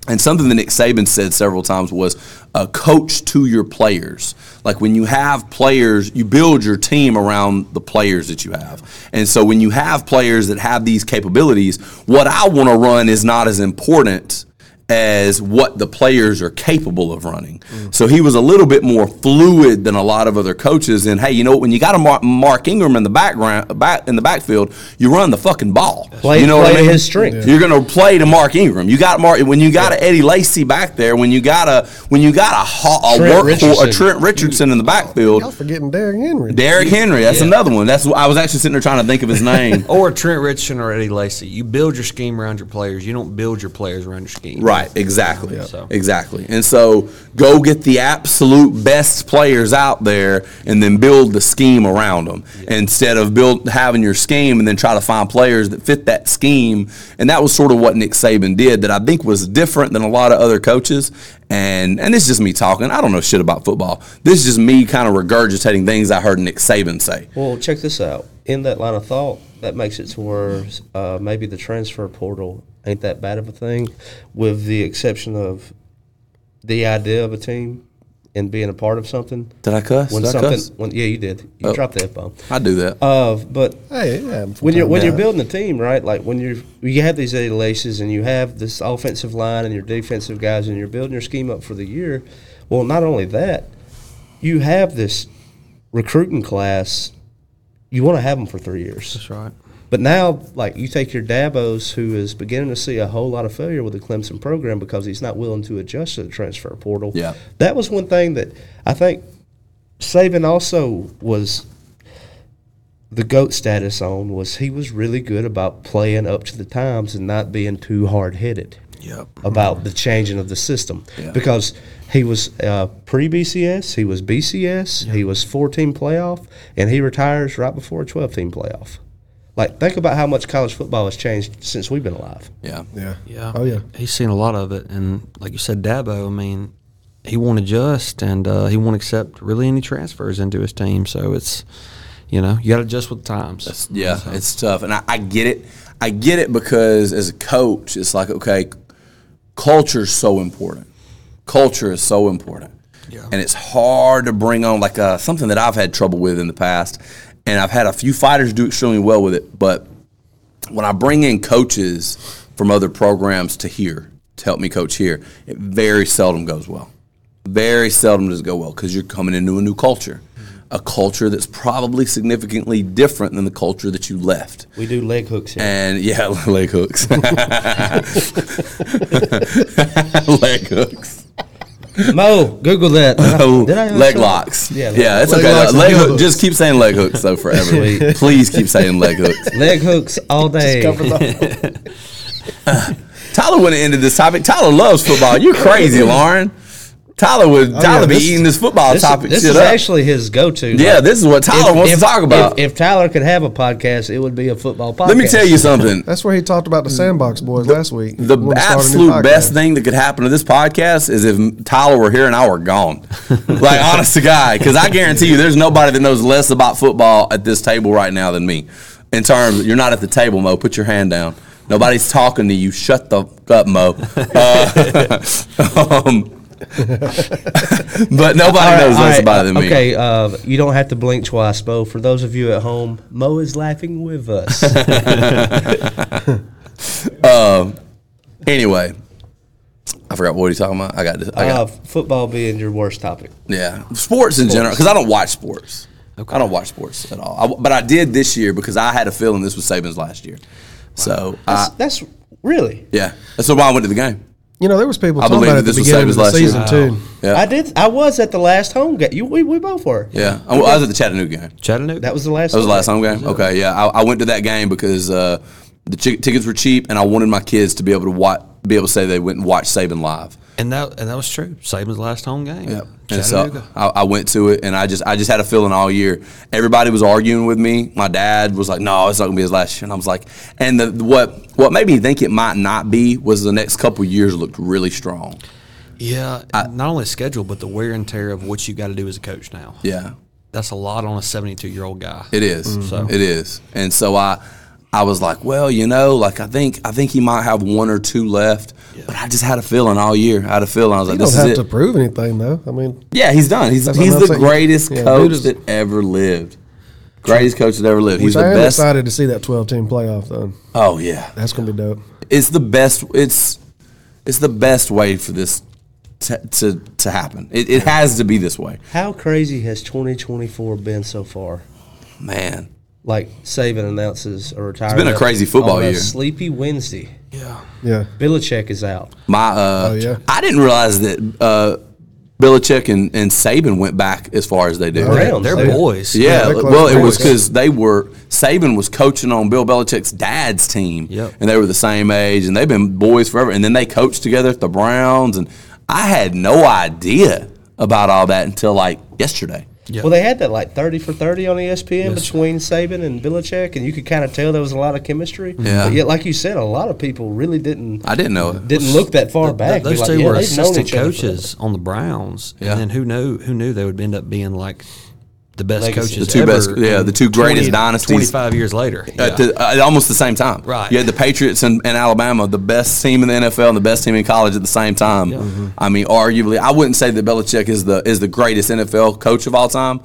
A: And something that Nick Saban said several times was, uh, coach to your players. Like when you have players, you build your team around the players that you have. And so when you have players that have these capabilities, what I want to run is not as important as what the players are capable of running.
D: Mm.
A: So he was a little bit more fluid than a lot of other coaches. And hey, you know what? When you got a Mark, Mark Ingram in the background, back in the backfield, you run the fucking ball.
D: Play-
A: you know
D: play
A: what I
D: to
A: mean?
D: his strength.
A: You're going to play to Mark Ingram. You got Mark when you got a Eddie Lacy back there. When you got a when you got a, ho- a
D: Trent
A: workhorse-
D: Richardson.
A: a Trent Richardson in the
B: Y'all
A: backfield.
B: forgetting Derrick Henry.
A: Derrick Henry, that's another one. That's I was actually sitting there trying to think of his name.
C: or Trent Richardson or Eddie Lacy. You build your scheme around your players. You don't build your players around your scheme.
A: Right, exactly.
C: So-
A: Exactly. And so go get the absolute best players out there and then build the scheme around them instead of build having your scheme and then try to find players that fit that scheme. And that was sort of what Nick Saban did that I think was different than a lot of other coaches. And and this is just me talking. I don't know shit about football. This is just me kind of regurgitating things I heard Nick Saban say.
D: Well, check this out. In that line of thought, that makes it to where uh, maybe the transfer portal ain't that bad of a thing, with the exception of the idea of a team and being a part of something.
A: Did I cuss?
D: When
A: Did I
D: something,
A: cuss?
D: when yeah, you did. You dropped the f bomb.
A: I do that.
D: Uh, but
B: Hey, yeah, I'm
D: when you're when
B: full-time
D: you're building a team, right? Like when you're you have these Eddie Laces and you have this offensive line and your defensive guys and you're building your scheme up for the year. Well, not only that, you have this recruiting class. You want to have them for three years,
C: That's right.
D: but now, like you take your Dabos, who is beginning to see a whole lot of failure with the Clemson program because he's not willing to adjust to the transfer portal.
A: Yeah.
D: that was one thing that I think Saban also was the goat status on was he was really good about playing up to the times and not being too hard headed
C: Yep.
D: about the changing of the system
A: Yeah.
D: because he was uh, pre BCS, he was BCS, he was 14 playoff, and he retires right before a 12 team playoff. Like, think about how much college football has changed since we've been alive.
A: yeah.
B: guy. Yeah.
C: Yeah.
B: Oh yeah.
C: He's seen a lot of it, and like you said, Dabo. I mean, he won't adjust, and uh, he won't accept really any transfers into his team. So it's, you know, you got to adjust with the times.
A: Yeah, it's tough, and I, I get it. I get it because as a coach, it's like okay, culture is so important. Culture is so important,
C: Yeah.
A: and it's hard to bring on like uh, something that I've had trouble with in the past, and I've had a few fighters do extremely well with it. But when I bring in coaches from other programs to here to help me coach here, it very seldom goes well very seldom does it go well because you're coming into a new culture, a culture that's probably significantly different than the culture that you left.
D: We do leg hooks here.
A: And yeah, leg hooks. leg hooks.
D: Mo, Google that. Did I-
A: leg locks.
D: Yeah,
A: Yeah,
D: leg-
A: yeah it's
B: leg
A: okay.
B: locks and
A: leg
B: heel
A: hook.
B: hooks.
A: Just keep saying leg hooks though forever.
D: Sweet.
A: Please keep saying leg hooks.
D: Leg hooks all day.
A: Tyler wouldn't ended this topic. Tyler loves football. You're crazy, Lauren. Tyler would Tyler be
B: this-
A: eating this football
D: Oh, This,
A: topic
D: this
A: shit
D: is
A: up.
D: actually his go-to.
A: yeah,
D: Like,
A: this is what Tyler wants to talk about.
D: If, if Tyler could have a podcast, it would be a football podcast.
A: Let me tell you something.
B: That's where he talked about the sandbox boys last week.
A: Mm. The
B: Wanted to start a new
A: absolute
B: podcast.
A: best thing that could happen to this podcast is if Tyler were here and I were gone. like, honest to God, because I guarantee you there's nobody that knows less about football at this table right now than me. In terms, you're not at the table, Mo. Put your hand down. Nobody's talking to you. Shut the f- up, Mo. Uh, um, but nobody
D: All right,
A: knows
D: all
A: less
D: right,
A: about it than me.
D: Okay, uh, you don't have to blink twice, Bo. For those of you at home, Mo is laughing with us.
A: Anyway, I forgot what he's talking about. I got. This, I got
D: uh, football being your worst topic.
A: Yeah, sports in general, because I don't watch sports. I don't watch sports at all. I, but I did this year because I had a feeling this was Saban's last year. So, I,
D: That's, that's really.
A: yeah, that's why I went to the game.
B: You know, there was people
A: I
B: talking
A: believe
B: about it
A: that
B: at
A: this
B: the
A: was
B: beginning
A: Saban's
B: of the
A: last year.
B: season too.
A: Yeah,
D: I did. I was at the last home game. You, we, we both were.
A: yeah. I, I was at the Chattanooga game.
C: Chattanooga.
D: That was the last.
A: That was the last home game. Okay, yeah. I, I went to that game because uh, the chi- tickets were cheap, and I wanted my kids to be able to watch, be able to say they went and watched Saban live.
C: and that and that was true. Saban's last home game.
A: Yep. And so
C: Chattanooga.
A: I, I went to it, and I just I just had a feeling all year. Everybody was arguing with me. My dad was like, "No, it's not gonna be his last year." And I was like, and the what what made me think it might not be was the next couple years looked really strong.
C: yeah, not only schedule, but the wear and tear of what you got to do as a coach now.
A: Yeah,
C: That's a lot on a 72 year old
D: Oh,
C: guy.
A: it
B: Mm-hmm.
A: is.
C: So-
A: It is. And so I I was like, well, you know, like I think I think he might have one or two left, but I just had a feeling all year. I had a feeling. I was
B: You
A: like,
B: don't
A: this is
B: have
A: it.
B: to prove anything though. I mean,
A: Yeah, he's done. He's
B: what
A: he's
B: I'm
A: the
B: saying.
A: greatest
B: Yeah, dude
A: coach
B: is-
A: that ever lived. Greatest coach that ever lived. He's
B: which
A: the
B: I am
A: best.
B: excited to see that 12 team playoff though.
A: Oh yeah,
B: That's gonna be dope.
A: it's the best. It's it's the best way for this to to, to happen. It, it has to be this way,
D: How crazy has 2024 been so far?
A: man.
D: Like Saban announces a retirement.
A: been a crazy football
D: on a
A: year.
D: Sleepy Wednesday.
B: Yeah.
D: Billichek is out.
A: My uh,
B: Oh, yeah.
A: I didn't realize that uh, Belichick and, and Saban went back as far as they did.
D: Right.
C: They're, they're
D: Yeah.
C: boys.
A: Yeah,
B: Oh, Yeah, they're
A: well, it
B: close
A: was
B: friends.
A: because they were Saban was coaching on Bill Belichick's dad's team,
C: Yep.
A: and they were the same age, and they've been boys forever. And then they coached together at the Browns, and I had no idea about all that until like yesterday.
C: Yeah.
D: Well, they had that like 30 for 30 on E ESPN
C: Yes.
D: between Saban and Billichek, and you could kind of tell there was a lot of chemistry.
A: Yeah.
D: But yet, like you said, a lot of people really didn't
A: I didn't know it.
D: didn't look that far
C: Th-
D: back.
C: those
D: Be like,
C: two
D: yeah,
C: were
D: they've known
C: assistant
D: each other forever.
C: coaches on the Browns,
A: Yeah.
C: and then who knew who knew they would end up being like the best
D: Legacy.
C: coaches,
A: The two
C: ever
A: best- yeah,
C: in
A: the two greatest dynasties.
C: twenty five years later. Yeah.
A: At, the, uh, at almost the same time,
C: Right.
A: You had the Patriots and, and Alabama, the best team in the NFL and the best team in college at the same time.
D: Mm-hmm.
A: I mean, arguably, I wouldn't say that Belichick is the is the greatest NFL coach of all time,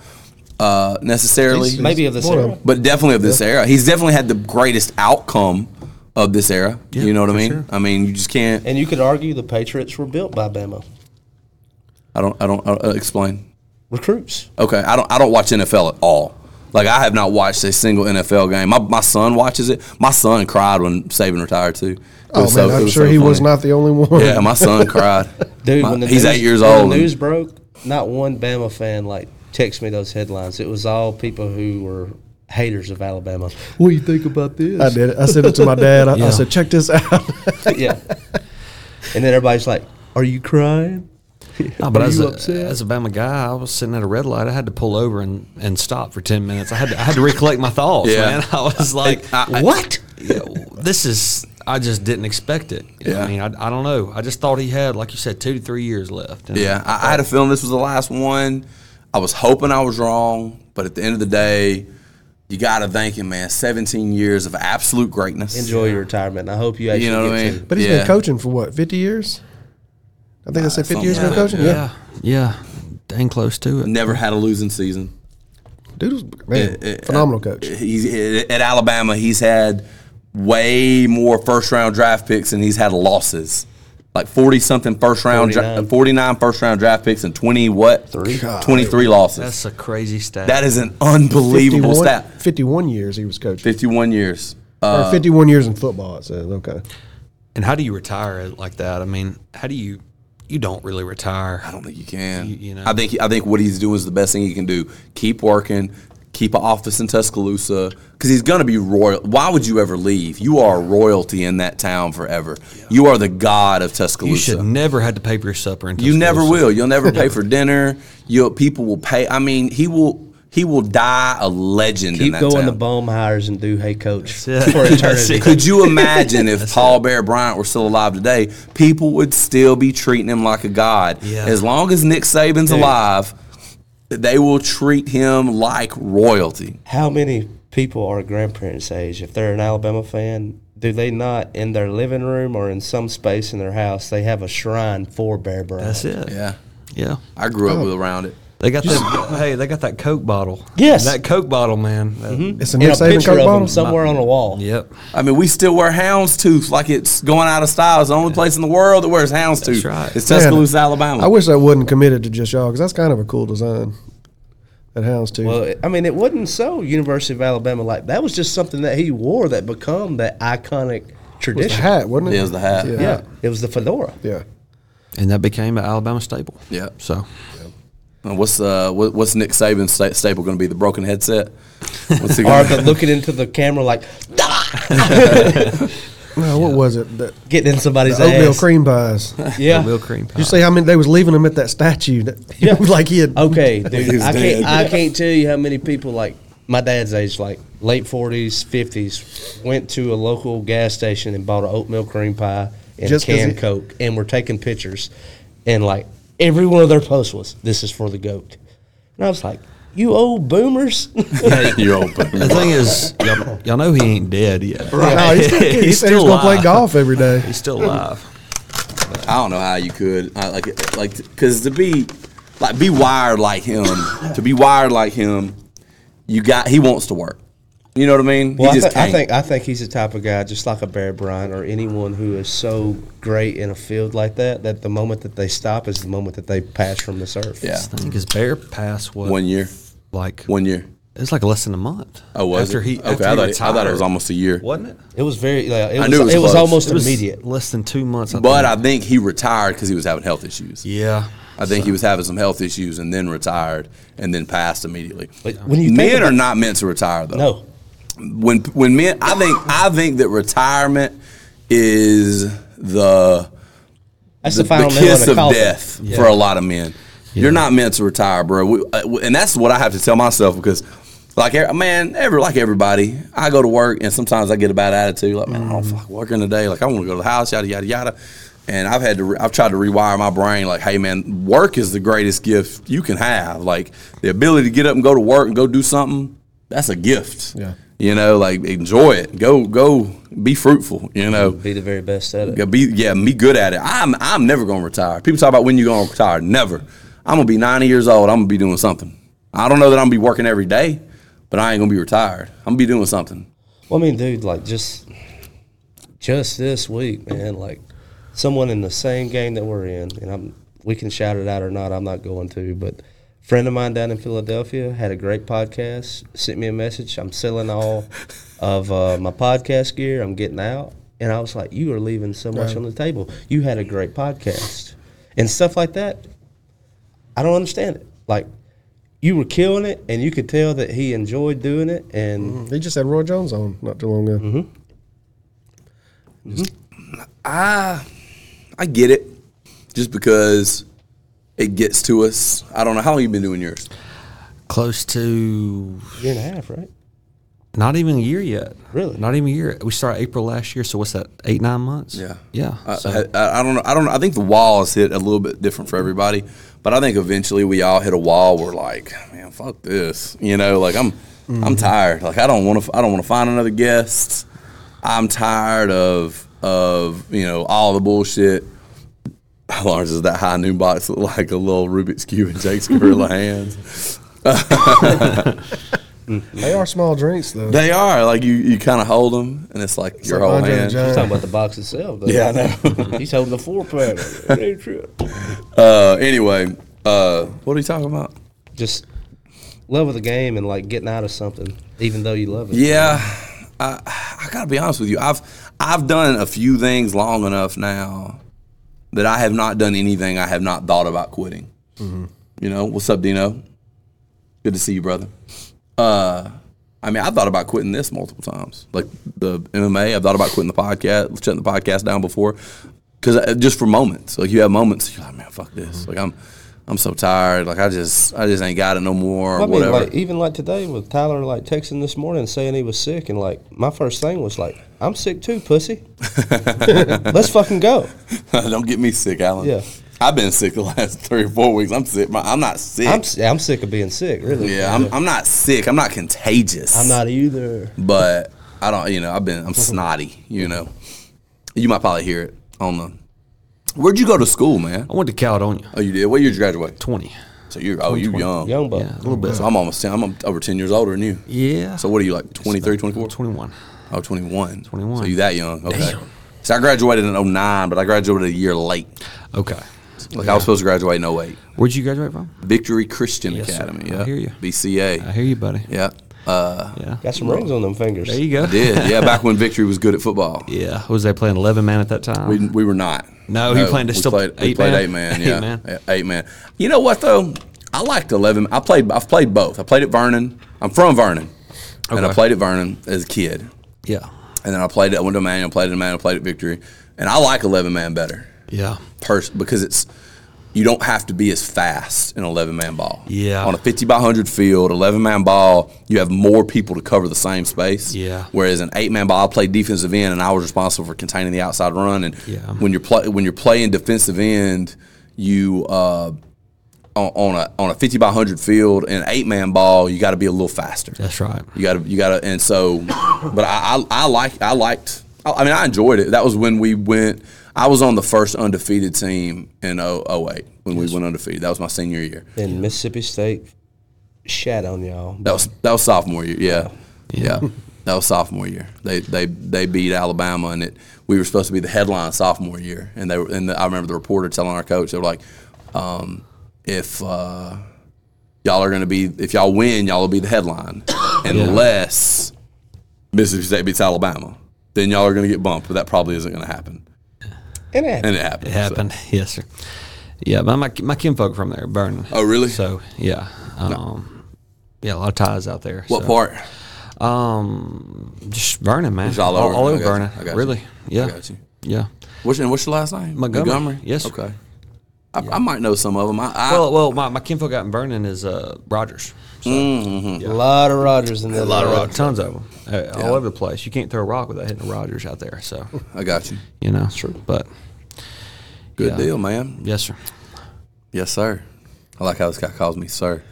A: uh, necessarily.
D: Maybe of this
B: One of
D: era.
B: them.
A: but definitely of this era. He's definitely had the greatest outcome of this era.
C: Yeah,
A: you know what I
C: for
A: mean?
C: sure.
A: I mean, you just can't.
D: And you could argue the Patriots were built by Bama
A: I don't. I don't uh, explain.
D: recruits.
A: Okay, I don't. I don't watch NFL at all. Like I have not watched a single NFL game. My, my son watches it. My son cried when Saban retired too. It
B: Oh man,
A: was so- it
B: I'm
A: was
B: sure
A: so
B: he was
A: funny.
B: not the only one.
A: Yeah, my son cried.
D: Dude,
A: My-
D: when the
A: he's
D: news,
A: eight years
D: when
A: old.
D: The
A: and-
D: news broke. Not one Bama fan like text me those headlines. It was all people who were haters of Alabama.
B: What do you think about this? I did it. I sent it to my dad. I, I
C: Yeah.
B: said, check this out.
D: yeah. And then everybody's like, "Are you crying?"
C: No, Ah, but
D: Are
C: as
D: you
C: a, as a Bama guy, I was sitting at a red light. I had to pull over and, and stop for ten minutes. I had to, I had to recollect my thoughts,
A: Yeah.
C: man. I was like,
A: I- I-
C: "What? Yeah, this is." I just didn't expect it.
A: Yeah.
C: I mean, I, I don't know. I just thought he had, like you said, two to three years left. And
A: Yeah, I, I had a feeling this was the last one. I was hoping I was wrong, but at the end of the day, you got to thank him, man. Seventeen years of absolute greatness.
D: Enjoy your retirement. and I hope you actually
A: You know what
D: get
A: I
D: to.
A: mean?
B: But he's
A: Yeah.
B: been coaching for what, 50 years? I think I said 50 years
A: something
B: been
A: like
B: coaching.
A: that,
B: Yeah.
C: yeah, yeah, dang close to it.
A: Never had a losing season.
B: Dude was man,
A: It- it-
B: phenomenal coach.
A: He's at Alabama. He's had way more first round draft picks, and he's had losses. Like forty something first round,
D: 49.
A: dra- forty nine first round draft picks, and twenty what? Three, twenty three losses.
C: That's a crazy stat.
A: That is an unbelievable
B: 51,
A: stat.
B: 51 years he was coaching.
A: Fifty uh, one years.
B: or 51 years in football, it says. Okay.
C: and how do you retire it like that? I mean, how do you? You don't really retire.
A: I don't think you can.
C: You- you know.
A: I think I think what he's doing is the best thing he can do. Keep working, keep an office in Tuscaloosa because he's going to be royal. Why would you ever leave? You are royalty in that town forever. You are the god of Tuscaloosa.
C: You should never have to pay for your supper. In
A: You never
C: Tuscaloosa.
A: will. You'll never pay for dinner. You'll people will pay. I mean, he will. He will die a legend. in
D: Keep
A: that
D: going
A: town.
D: to Baumhires and do Hey Coach for
C: That's it. That's
D: eternity.
C: it.
A: Could you imagine if Paul Bear Bryant were still alive today? People would still be treating him like a god.
C: Yeah.
A: As long as Nick Saban's alive, they will treat him like royalty.
D: How many people are grandparents' age? If they're an Alabama fan, do they not in their living room or in some space in their house they have a shrine for Bear Bryant?
C: That's it.
A: Yeah,
C: Yeah.
A: I grew up with around it.
C: They got that. hey, they got that Coke bottle.
D: Yes.
C: That Coke bottle, man. That-
A: Mm-hmm.
B: It's a
D: In
B: Nick
D: a
B: Saban
D: picture
B: Coke
D: of
B: bottle.
D: him somewhere on a wall.
C: Yep.
A: I mean, we still wear houndstooth like it's going out of style. It's the only place in the world that wears houndstooth.
C: That's right.
A: It's
B: Man,
A: Tuscaloosa, Alabama.
B: I wish that wasn't committed to just y'all because that's kind of a cool design. That hound's too.
D: Well, I mean, it wasn't so University of Alabama like that was just something that he wore that become that iconic
B: it was the
D: tradition.
B: hat, wasn't it?
A: Yeah, it was the hat.
B: Yeah.
D: yeah, it was the fedora.
B: Yeah.
C: And that became an Alabama staple.
A: Yeah.
C: So
A: Uh, What's uh what, what's Nick Saban's sta- staple going to be? The broken headset. What's he
D: Or
A: gonna-
D: the looking into the camera like "Ah!"
B: No, what was it? The,
D: getting in somebody's
B: the oatmeal
D: ass.
B: cream pies.
D: Yeah.
C: milk cream pie.
B: you see how many they was leaving them at that statue? That,
D: Yeah. Oh,
B: it was like he had.
D: Okay, dude.
A: His
D: I can't.
A: dad.
D: I can't tell you how many people like my dad's age, like late forties, fifties, went to a local gas station and bought an oatmeal cream pie and
B: Just 'cause
D: canned
B: it-
D: Coke, and were taking pictures, and like every one of their posts was, "This is for the goat," and I was like, "You old boomers."
A: You're open.
C: The thing is, y'all, y'all know he ain't dead yet.
B: No, he's, he
C: He's
B: said he was
C: still
B: going to play
C: alive.
B: golf every day.
C: He's still alive.
A: I don't know how you could I, like like because to be like be wired like him to be wired like him, you got he wants to work. You know what I mean?
D: Well, I,
A: he just
D: thi- I
A: can't.
D: think I think he's the type of guy, just like a Bear Bryant or anyone who is so great in a field like that, that the moment that they stop is the moment that they pass from this earth.
A: yeah,
C: I think his bear pass was
A: one year,
C: like
A: one year.
C: it was like less than a month.
A: Oh, was
C: after
A: it?
C: He,
A: okay,
C: after
A: I
C: he
A: thought it- I thought it was
C: retired.
A: almost a year.
C: wasn't it?
D: It was very. Like, it was,
A: knew
D: it was,
A: close.
D: almost
A: It was-
D: immediate.
C: Less than two months. I
A: But
C: think.
A: I think he retired because he was having health issues.
C: yeah,
A: I think he was having some health issues and then retired and then passed immediately.
D: But when you
A: men
D: think
A: are
D: about-
A: not meant to retire though.
D: No,
A: when when men I think I think that retirement is the
D: that's
A: the,
D: the, final
A: the
D: nail in
A: kiss
D: the
A: of
D: coffin.
A: death for a lot of men. You're not meant to retire, bro. We, uh, w- and that's what I have to tell myself because, like, e- man, every like everybody, I go to work and sometimes I get a bad attitude. Like, man, I
D: Mm.
A: don't fuck working today. Like, I want to go to the house, yada yada yada. And I've had to, re- I've tried to rewire my brain. Like, hey, man, work is the greatest gift you can have. Like, the ability to get up and go to work and go do something, that's a gift.
B: Yeah.
A: You know, like enjoy it. Go, go, be fruitful. You know.
D: Be the very best at it.
A: Yeah, be yeah, me good at it. I'm I'm never gonna retire. People talk about when you gonna retire. Never. I'm gonna be 90 years old. I'm gonna be doing something. I don't know that I'm gonna be working every day, but I ain't gonna be retired. I'm gonna be doing something.
D: Well, I mean, dude, like just, just this week, man, like someone in the same game that we're in, and I'm, we can shout it out or not. I'm not going to, but a friend of mine down in Philadelphia had a great podcast. Sent me a message. I'm selling all of uh, my podcast gear. I'm getting out, and I was like, you are leaving so much
B: Right.
D: on the table. You had a great podcast, and stuff like that. I don't understand it. Like. You were killing it, and you could tell that he enjoyed doing it, and
B: He just had Roy Jones on not too long ago.
A: I get it. Just because it gets to us. I don't know how long you been doing yours.
C: close to
D: year and a half, right?
C: not even a year yet.
D: Really?
C: not even a year. We started April last year, so what's that? Eight nine months.
A: Yeah. Uh,
C: yeah.
A: I,
C: so
A: I, I don't know. I don't. know. I think the wall has hit a little bit different for everybody, but I think eventually we all hit a wall. We're like, man, fuck this. You know, like I'm,
B: Mm-hmm.
A: I'm tired. Like I don't want to. I don't want to find another guest. I'm tired of of you know all the bullshit. Lawrence is that high noon box look like a little Rubik's cube in Jake's gorilla hands.
B: They are small drinks though.
A: They are like you. You kind of hold them, and it's like your
B: like
A: whole
B: Andre the
A: hand.
B: Giant.
D: He's talking about the box itself. Though.
A: Yeah, I
D: know. He's holding the four pack.
A: Uh, anyway, uh, what are you talking about?
D: Just love of the game and like getting out of something, even though you love it.
A: Yeah, I, I gotta be honest with you. I've I've done a few things long enough now that I have not done anything I have
D: Mm-hmm.
A: not thought about quitting. You know, what's up, Dino? Good to see you, brother. Uh, I mean, I've thought about quitting this multiple times, like the MMA. I've thought about quitting the podcast, shutting the podcast down before, because just for moments, like you have moments, you're like, man, fuck this.
D: Mm-hmm.
A: Like I'm, I'm so tired. Like I just, I just ain't got it no more. Or
D: I mean,
A: whatever.
D: like even like today with Tyler, like texting this morning saying he was sick, and like my first thing was like, "I'm sick too, pussy. Let's fucking go."
A: Don't get me sick, Alan.
D: Yeah.
A: I've been sick the last three or four weeks. I'm sick. My, I'm not sick.
D: I'm s- I'm sick of being sick, really.
A: yeah, I'm, I'm not sick. I'm not contagious.
D: I'm not either.
A: But I don't. You know, I've been. I'm snotty. You know, you might probably hear it on the. Where'd you go to school, man?
C: I went to Caledonia,
A: Oh, you did. What year did you graduate?
C: 20.
A: So you. Oh, you young.
D: Young buck.
C: Yeah, a little bit.
A: So I'm almost. 10, I'm over ten years older than you.
C: Yeah.
A: So what are you like? 23, 24?
C: 21.
A: Oh, 21.
C: 21.
A: So you that young? Okay.
C: Damn.
A: So I graduated in 09, but I graduated a year late.
C: Okay.
A: Like I was supposed to graduate in 08.
C: Where'd you graduate from?
A: Victory Christian
C: Yes, sir.
A: Academy.
C: I
A: Yeah.
C: hear you.
A: BCA.
C: I hear you, buddy.
A: Yeah. Uh,
C: Yeah.
D: Got some rings on them fingers.
C: There you go.
A: I did. Yeah, back when Victory was good at football.
C: Yeah. Was they playing 11 man at that time?
A: We, we were not.
C: No, you played-
A: we
C: still
A: played, we
C: eight
A: played eight man.
C: man? Eight
A: Yeah,
C: man.
A: Yeah, eight man. You know what though? I liked eleven. I played. I've played both. I played at Vernon. I'm from Vernon, and I
C: Okay.
A: played at Vernon as a kid,
C: yeah.
A: and then I played. I went to Emmanuel, played at Emmanuel, played at Victory, and I like eleven man better,
C: Yeah.
A: pers- because it's you don't have to be as fast in eleven man ball.
C: Yeah.
A: on a fifty by hundred field, eleven man ball, you have more people to cover the same space.
C: Yeah.
A: Whereas an eight man ball, I played defensive end, and I was responsible for containing the outside run. And
C: Yeah.
A: when you're play, when you're playing defensive end, you uh, on, on a on a fifty by hundred field and eight man ball, you got to be a little faster.
C: That's right.
A: You gotta, you gotta, and so, but I, I, I like, I liked. I, I mean, I enjoyed it. That was when we went. I was on the first undefeated team in 0- 08 when we went undefeated. That was my senior year.
D: And Mississippi State shat on y'all.
A: That was that was sophomore year. Yeah, yeah. That was sophomore year. They they they beat Alabama, and it we were supposed to be the headline sophomore year. And they were, and the, I remember the reporter telling our coach they were like, um, if uh, y'all are going to be if y'all win, y'all will be the headline, unless Mississippi State beats Alabama, then y'all are going to get bumped. But that probably isn't going to happen.
D: and it happened.
A: And it happened.
C: It
A: so.
C: happened. Yes, sir. Yeah. My, my, my kinfolk from there, Vernon.
A: Oh really?
C: So, yeah. Um, Yeah, a lot of ties out there.
A: what
C: so.
A: part?
C: Um, just Vernon, man.
A: Just all over.
C: all
A: I
C: over
A: got you.
C: Vernon.
A: I got you.
C: Really? Yeah.
A: I got you.
C: Yeah.
A: What's your, what's your last name?
C: Montgomery. Yes, sir.
A: Okay. I, I might know some of them. I, I,
C: Well, well, my, my kinfolk out in Vernon is uh, Rogers. So,
D: A lot of Rogers in there. A lot
C: Tons of them, uh, all over the place. You can't throw a rock without hitting a Rogers out there. So,
A: I got you.
C: you know, true. But
A: Good
C: Yeah.
A: deal, man.
C: yes, sir.
A: Yes, sir. I like how this guy calls me sir.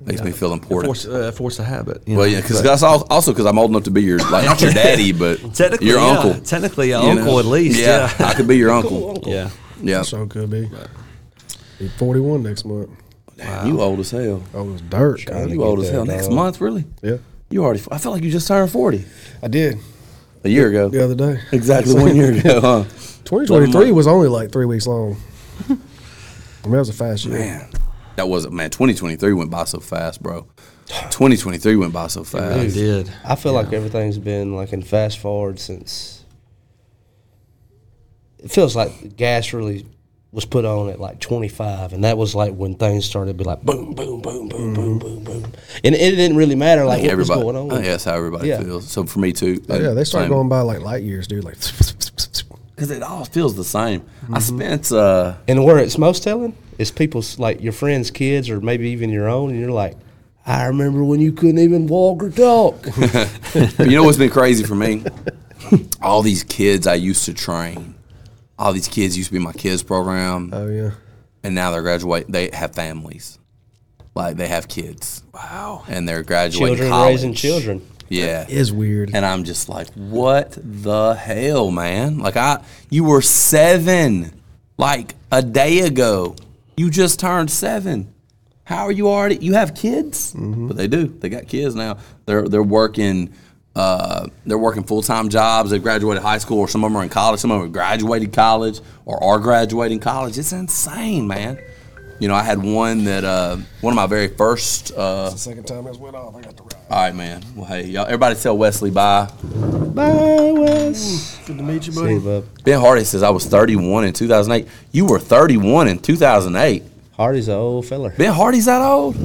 A: Makes me feel important.
C: Force, uh, force a habit. you
A: well,
C: know,
A: yeah, because
C: but-
A: that's al- also because I'm old enough to be your like not your daddy, but
C: technically
A: your
C: yeah,
A: uncle.
C: Technically, uh,
A: you know?
C: uncle at least. Yeah.
A: I could be your uncle.
C: Yeah.
A: Yeah,
B: So it could be. Be 41 next month.
A: Damn, you old as hell.
B: Oh, it's dirt.
D: Trying to
A: You old
D: get
A: as
D: there,
A: hell. Next
D: dog.
A: month, really?
B: Yeah.
A: You already? I feel like you just turned forty
B: I did
A: a year ago.
B: the other day.
A: Exactly one year ago, huh?
B: 2023 was only like three weeks long. I mean, that was a fast year.
A: Man, that wasn't man. 2023 went by so fast, bro. 2023 went by so
C: I
A: fast.
C: did.
D: I feel like everything's been like in fast forward since. It feels like gas really was put on at like 25, and that was like when things started to be like boom, boom, boom, boom, boom, boom, boom, and it didn't really matter like what was
A: Mm-hmm. everybody,
D: going on.
A: I think that's how everybody
D: Yeah.
A: feels. So for me too.
B: Oh, Yeah, they started
A: same.
B: going by like light years, dude. Like,
A: because it all feels the same. I
D: Mm-hmm.
A: spent uh,
D: And where it's most telling is people's like your friends' kids or maybe even your own, and you're like, I remember when you couldn't even walk or talk.
A: you know what's been crazy for me? all these kids I used to train, all these kids used to be in my kids program,
D: Uh-huh.
B: oh yeah,
A: and now they're graduating. They have families, like they have kids. Wow, and they're graduating.
D: children
A: college.
D: raising children.
A: Yeah,
B: is weird.
A: and I'm just like, what the hell, man? Like I, you were seven, like a day ago. You just turned seven. How are you already? You have kids, but they do. They got kids now. They're they're working. Uh, they're working full time jobs. They've graduated high school, or some of them are in college. Some of them have graduated college, or are graduating college. It's insane, man. You know, I had one that uh, one of my very first uh,
B: Second time that's went off. I got the route.
A: all right, man. Well, hey, y'all, everybody tell Wesley bye.
D: Bye, Wes.
B: Good to
A: Mm,
B: meet you,
D: See you, bub.
A: Ben Hardy says I was 31 in 2008. You were 31 in 2008.
D: Hardy's an old feller.
A: Ben Hardy's that old?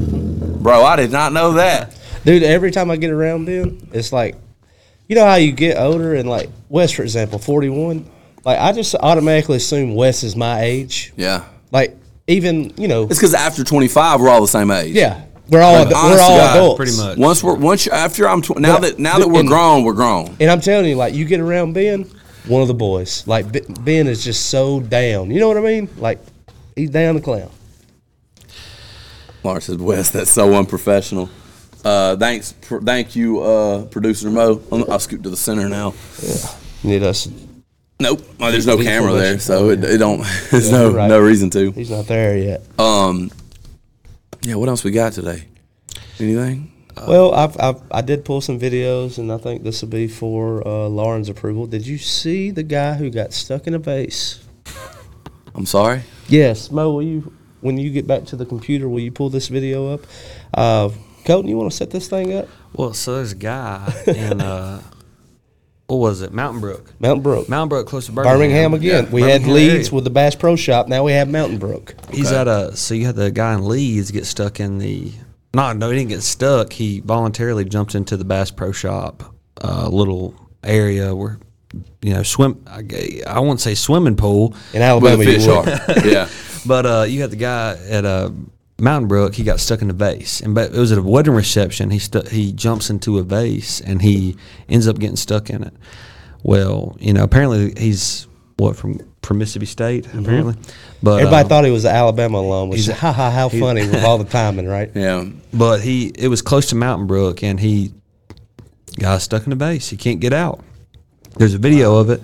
A: Bro, I did not know that.
D: dude. Every time I get around Ben, it's like, you know how you get older and like Wes, for example, forty one. Like I just automatically assume Wes is my age.
A: Yeah.
D: Like even you know,
A: It's because after 25, we're all the same age.
D: yeah, we're all
A: Like,
D: ad-
A: honest
D: we're
A: to
D: all
A: God,
D: adults
C: pretty much.
A: Once we're once you, after I'm tw- now
D: Yeah.
A: that now that we're
D: And-
A: grown, we're grown.
D: And I'm telling you, like you get around Ben, one of the boys. Like B- Ben is just so down. You know what I mean? Like he's down the clown.
A: Lawrence says, "Wes, that's so unprofessional." Uh, thanks, pr- thank you, uh, producer Mo. I'm, I'll scoot to the center now.
D: Need us?
A: Nope, oh, there's no
D: Be- be
A: camera there,
D: professional.
A: so it, it don't. There's no
D: you're right.
A: no reason to.
D: He's not there yet.
A: Um, yeah, what else we got today? Anything?
C: Uh,
D: well, I've, I've I did pull some videos, and I think this will be for uh, Lauren's approval. Did you see the guy who got stuck in a vase?
A: I'm sorry.
D: Yes, Mo. Will you? When you get back to the computer, will you pull this video up? Uh, Colton, you want to set this thing up?
C: Well, so there's a guy in uh, what was it, Mountain Brook?
D: Mountain Brook,
C: Mountain Brook, close to Birmingham.
D: Birmingham again.
C: Yeah,
D: we had
C: Birmingham
D: Leeds
C: area.
D: with the Bass Pro Shop. Now we have Mountain Brook.
C: He's at a so you had the guy in Leeds get stuck in the no no he didn't get stuck he voluntarily jumped into the Bass Pro Shop uh, little area where you know swim I, g- I won't say swimming pool
D: In
A: With
D: Alabama,
A: a
D: you
A: fish
D: would.
A: are. yeah.
C: but uh, you had the guy at uh, Mountain Brook he got stuck in a vase and but it was at a wedding reception he stu- he jumps into a vase and he ends up getting stuck in it well you know apparently he's what from from Mississippi State apparently but
D: Everybody
C: um,
D: thought he was an Alabama alum, which
C: he's-
D: ha ha how funny with all the timing, right?
A: Yeah.
C: But he, it was close to Mountain Brook, and he got stuck in the base. He can't get out. There's a video of it.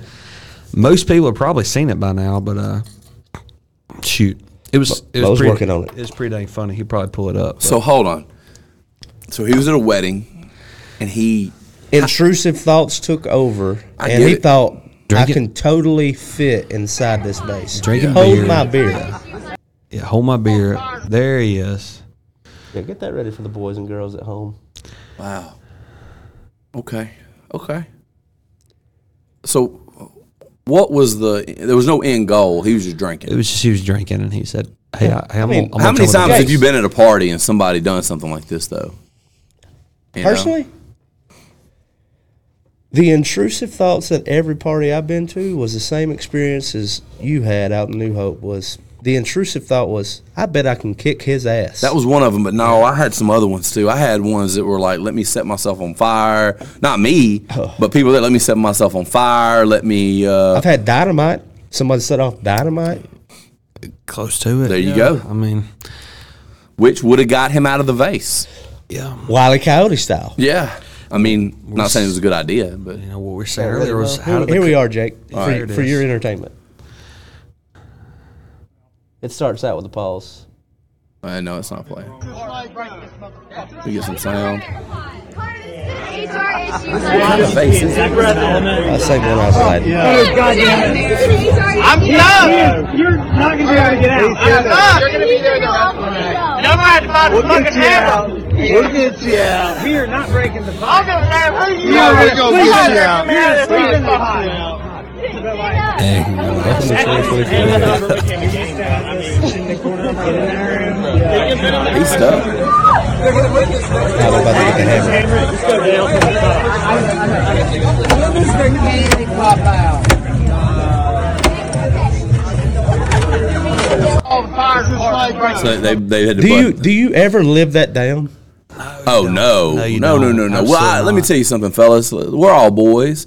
C: Most people have probably seen it by now, but uh, shoot, it was it
D: Mo's
C: was pretty,
D: working on it.
C: It was pretty dang funny. He probably pull it up. but-
A: So hold on. So he was at a wedding, and he
D: Intrusive thoughts took over,
A: I
D: and
A: get
D: he
A: it.
D: thought,
C: Drink
D: I
C: it.
D: can totally fit inside this base.
C: Drinking
D: Hold
C: beer.
D: my beer.
C: yeah, hold my beer. There he is.
D: Yeah, get that ready for the boys and girls at home.
A: Wow. Okay. Okay. So, what was the? There was no end goal. He was just drinking.
C: It was just he was drinking, and he said, "Hey, I, hey, I'm,
D: mean,
C: gonna-
A: How
C: I'm gonna
A: many
C: tell
A: times
C: the
A: have
D: guys.
A: you been at a party and somebody done something like this though? You know?
D: Personally, the intrusive thoughts at every party I've been to was the same experience as you had out in New Hope. Was the intrusive thought was, I bet I can kick his ass.
A: that was one of them. But no, I had some other ones too. I had ones that were like, "Let me set myself on fire." Not me, but people that let me set myself on fire. Let me. Uh,
D: I've had dynamite. Somebody set off dynamite.
C: close to it."
A: There you
C: yeah.
A: go.
C: I mean,
A: which would have got him out of the vase.
C: yeah.
D: Wiley E. Coyote style.
A: Yeah. I mean, not saying it was a good idea, but
C: You know what we were saying earlier was how did the
D: here we are, Jake, for,
C: Here it
D: for
C: is.
D: your entertainment. It starts out with a pause.
A: I know it's not playing. We get some sound.
D: I say one outside.
F: I'm
G: not. You're not gonna be able to get out. I'm not.
F: You're gonna be there in the afternoon.
G: Nobody's allowed to fucking have it.
H: We'll get you out.
G: We are not breaking the
F: I'll go there.
G: You
H: Yeah,
G: are
H: we're gonna
G: sleeping
H: get you
G: there.
H: out.
G: You're
H: You're
G: sleeping behind.
A: He's stuck.
D: I'm about to get the hammer.
G: All the fires are right
A: So they, they had to
D: Do you
A: button-
D: do you ever live that down?
A: Oh no,
C: No, you
A: no, no,
C: don't.
A: no, no.
C: Absolutely
A: Well, I, let me
C: not.
A: tell you something, fellas. We're all boys.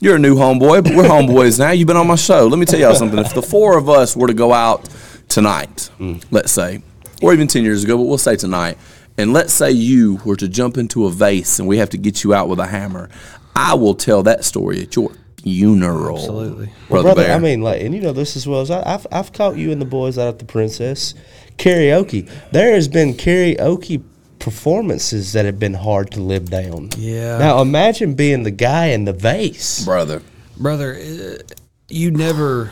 A: You're a new homeboy, but we're homeboys now. You've been on my show. Let me tell y'all something. If the four of us were to go out tonight,
C: Mm.
A: let's say, or even ten years ago, but we'll say tonight, and let's say you were to jump into a vase and we have to get you out with a hammer, I will tell that story at your funeral.
C: Absolutely.
A: brother.
D: Brother,
A: Bear.
D: I mean, like, and you know this as well as I, I've I've caught you and the boys out at the Princess karaoke. There has been karaoke performances that have been hard to live down.
C: Yeah.
D: Now imagine being the guy in the vase.
A: brother.
C: brother uh, you never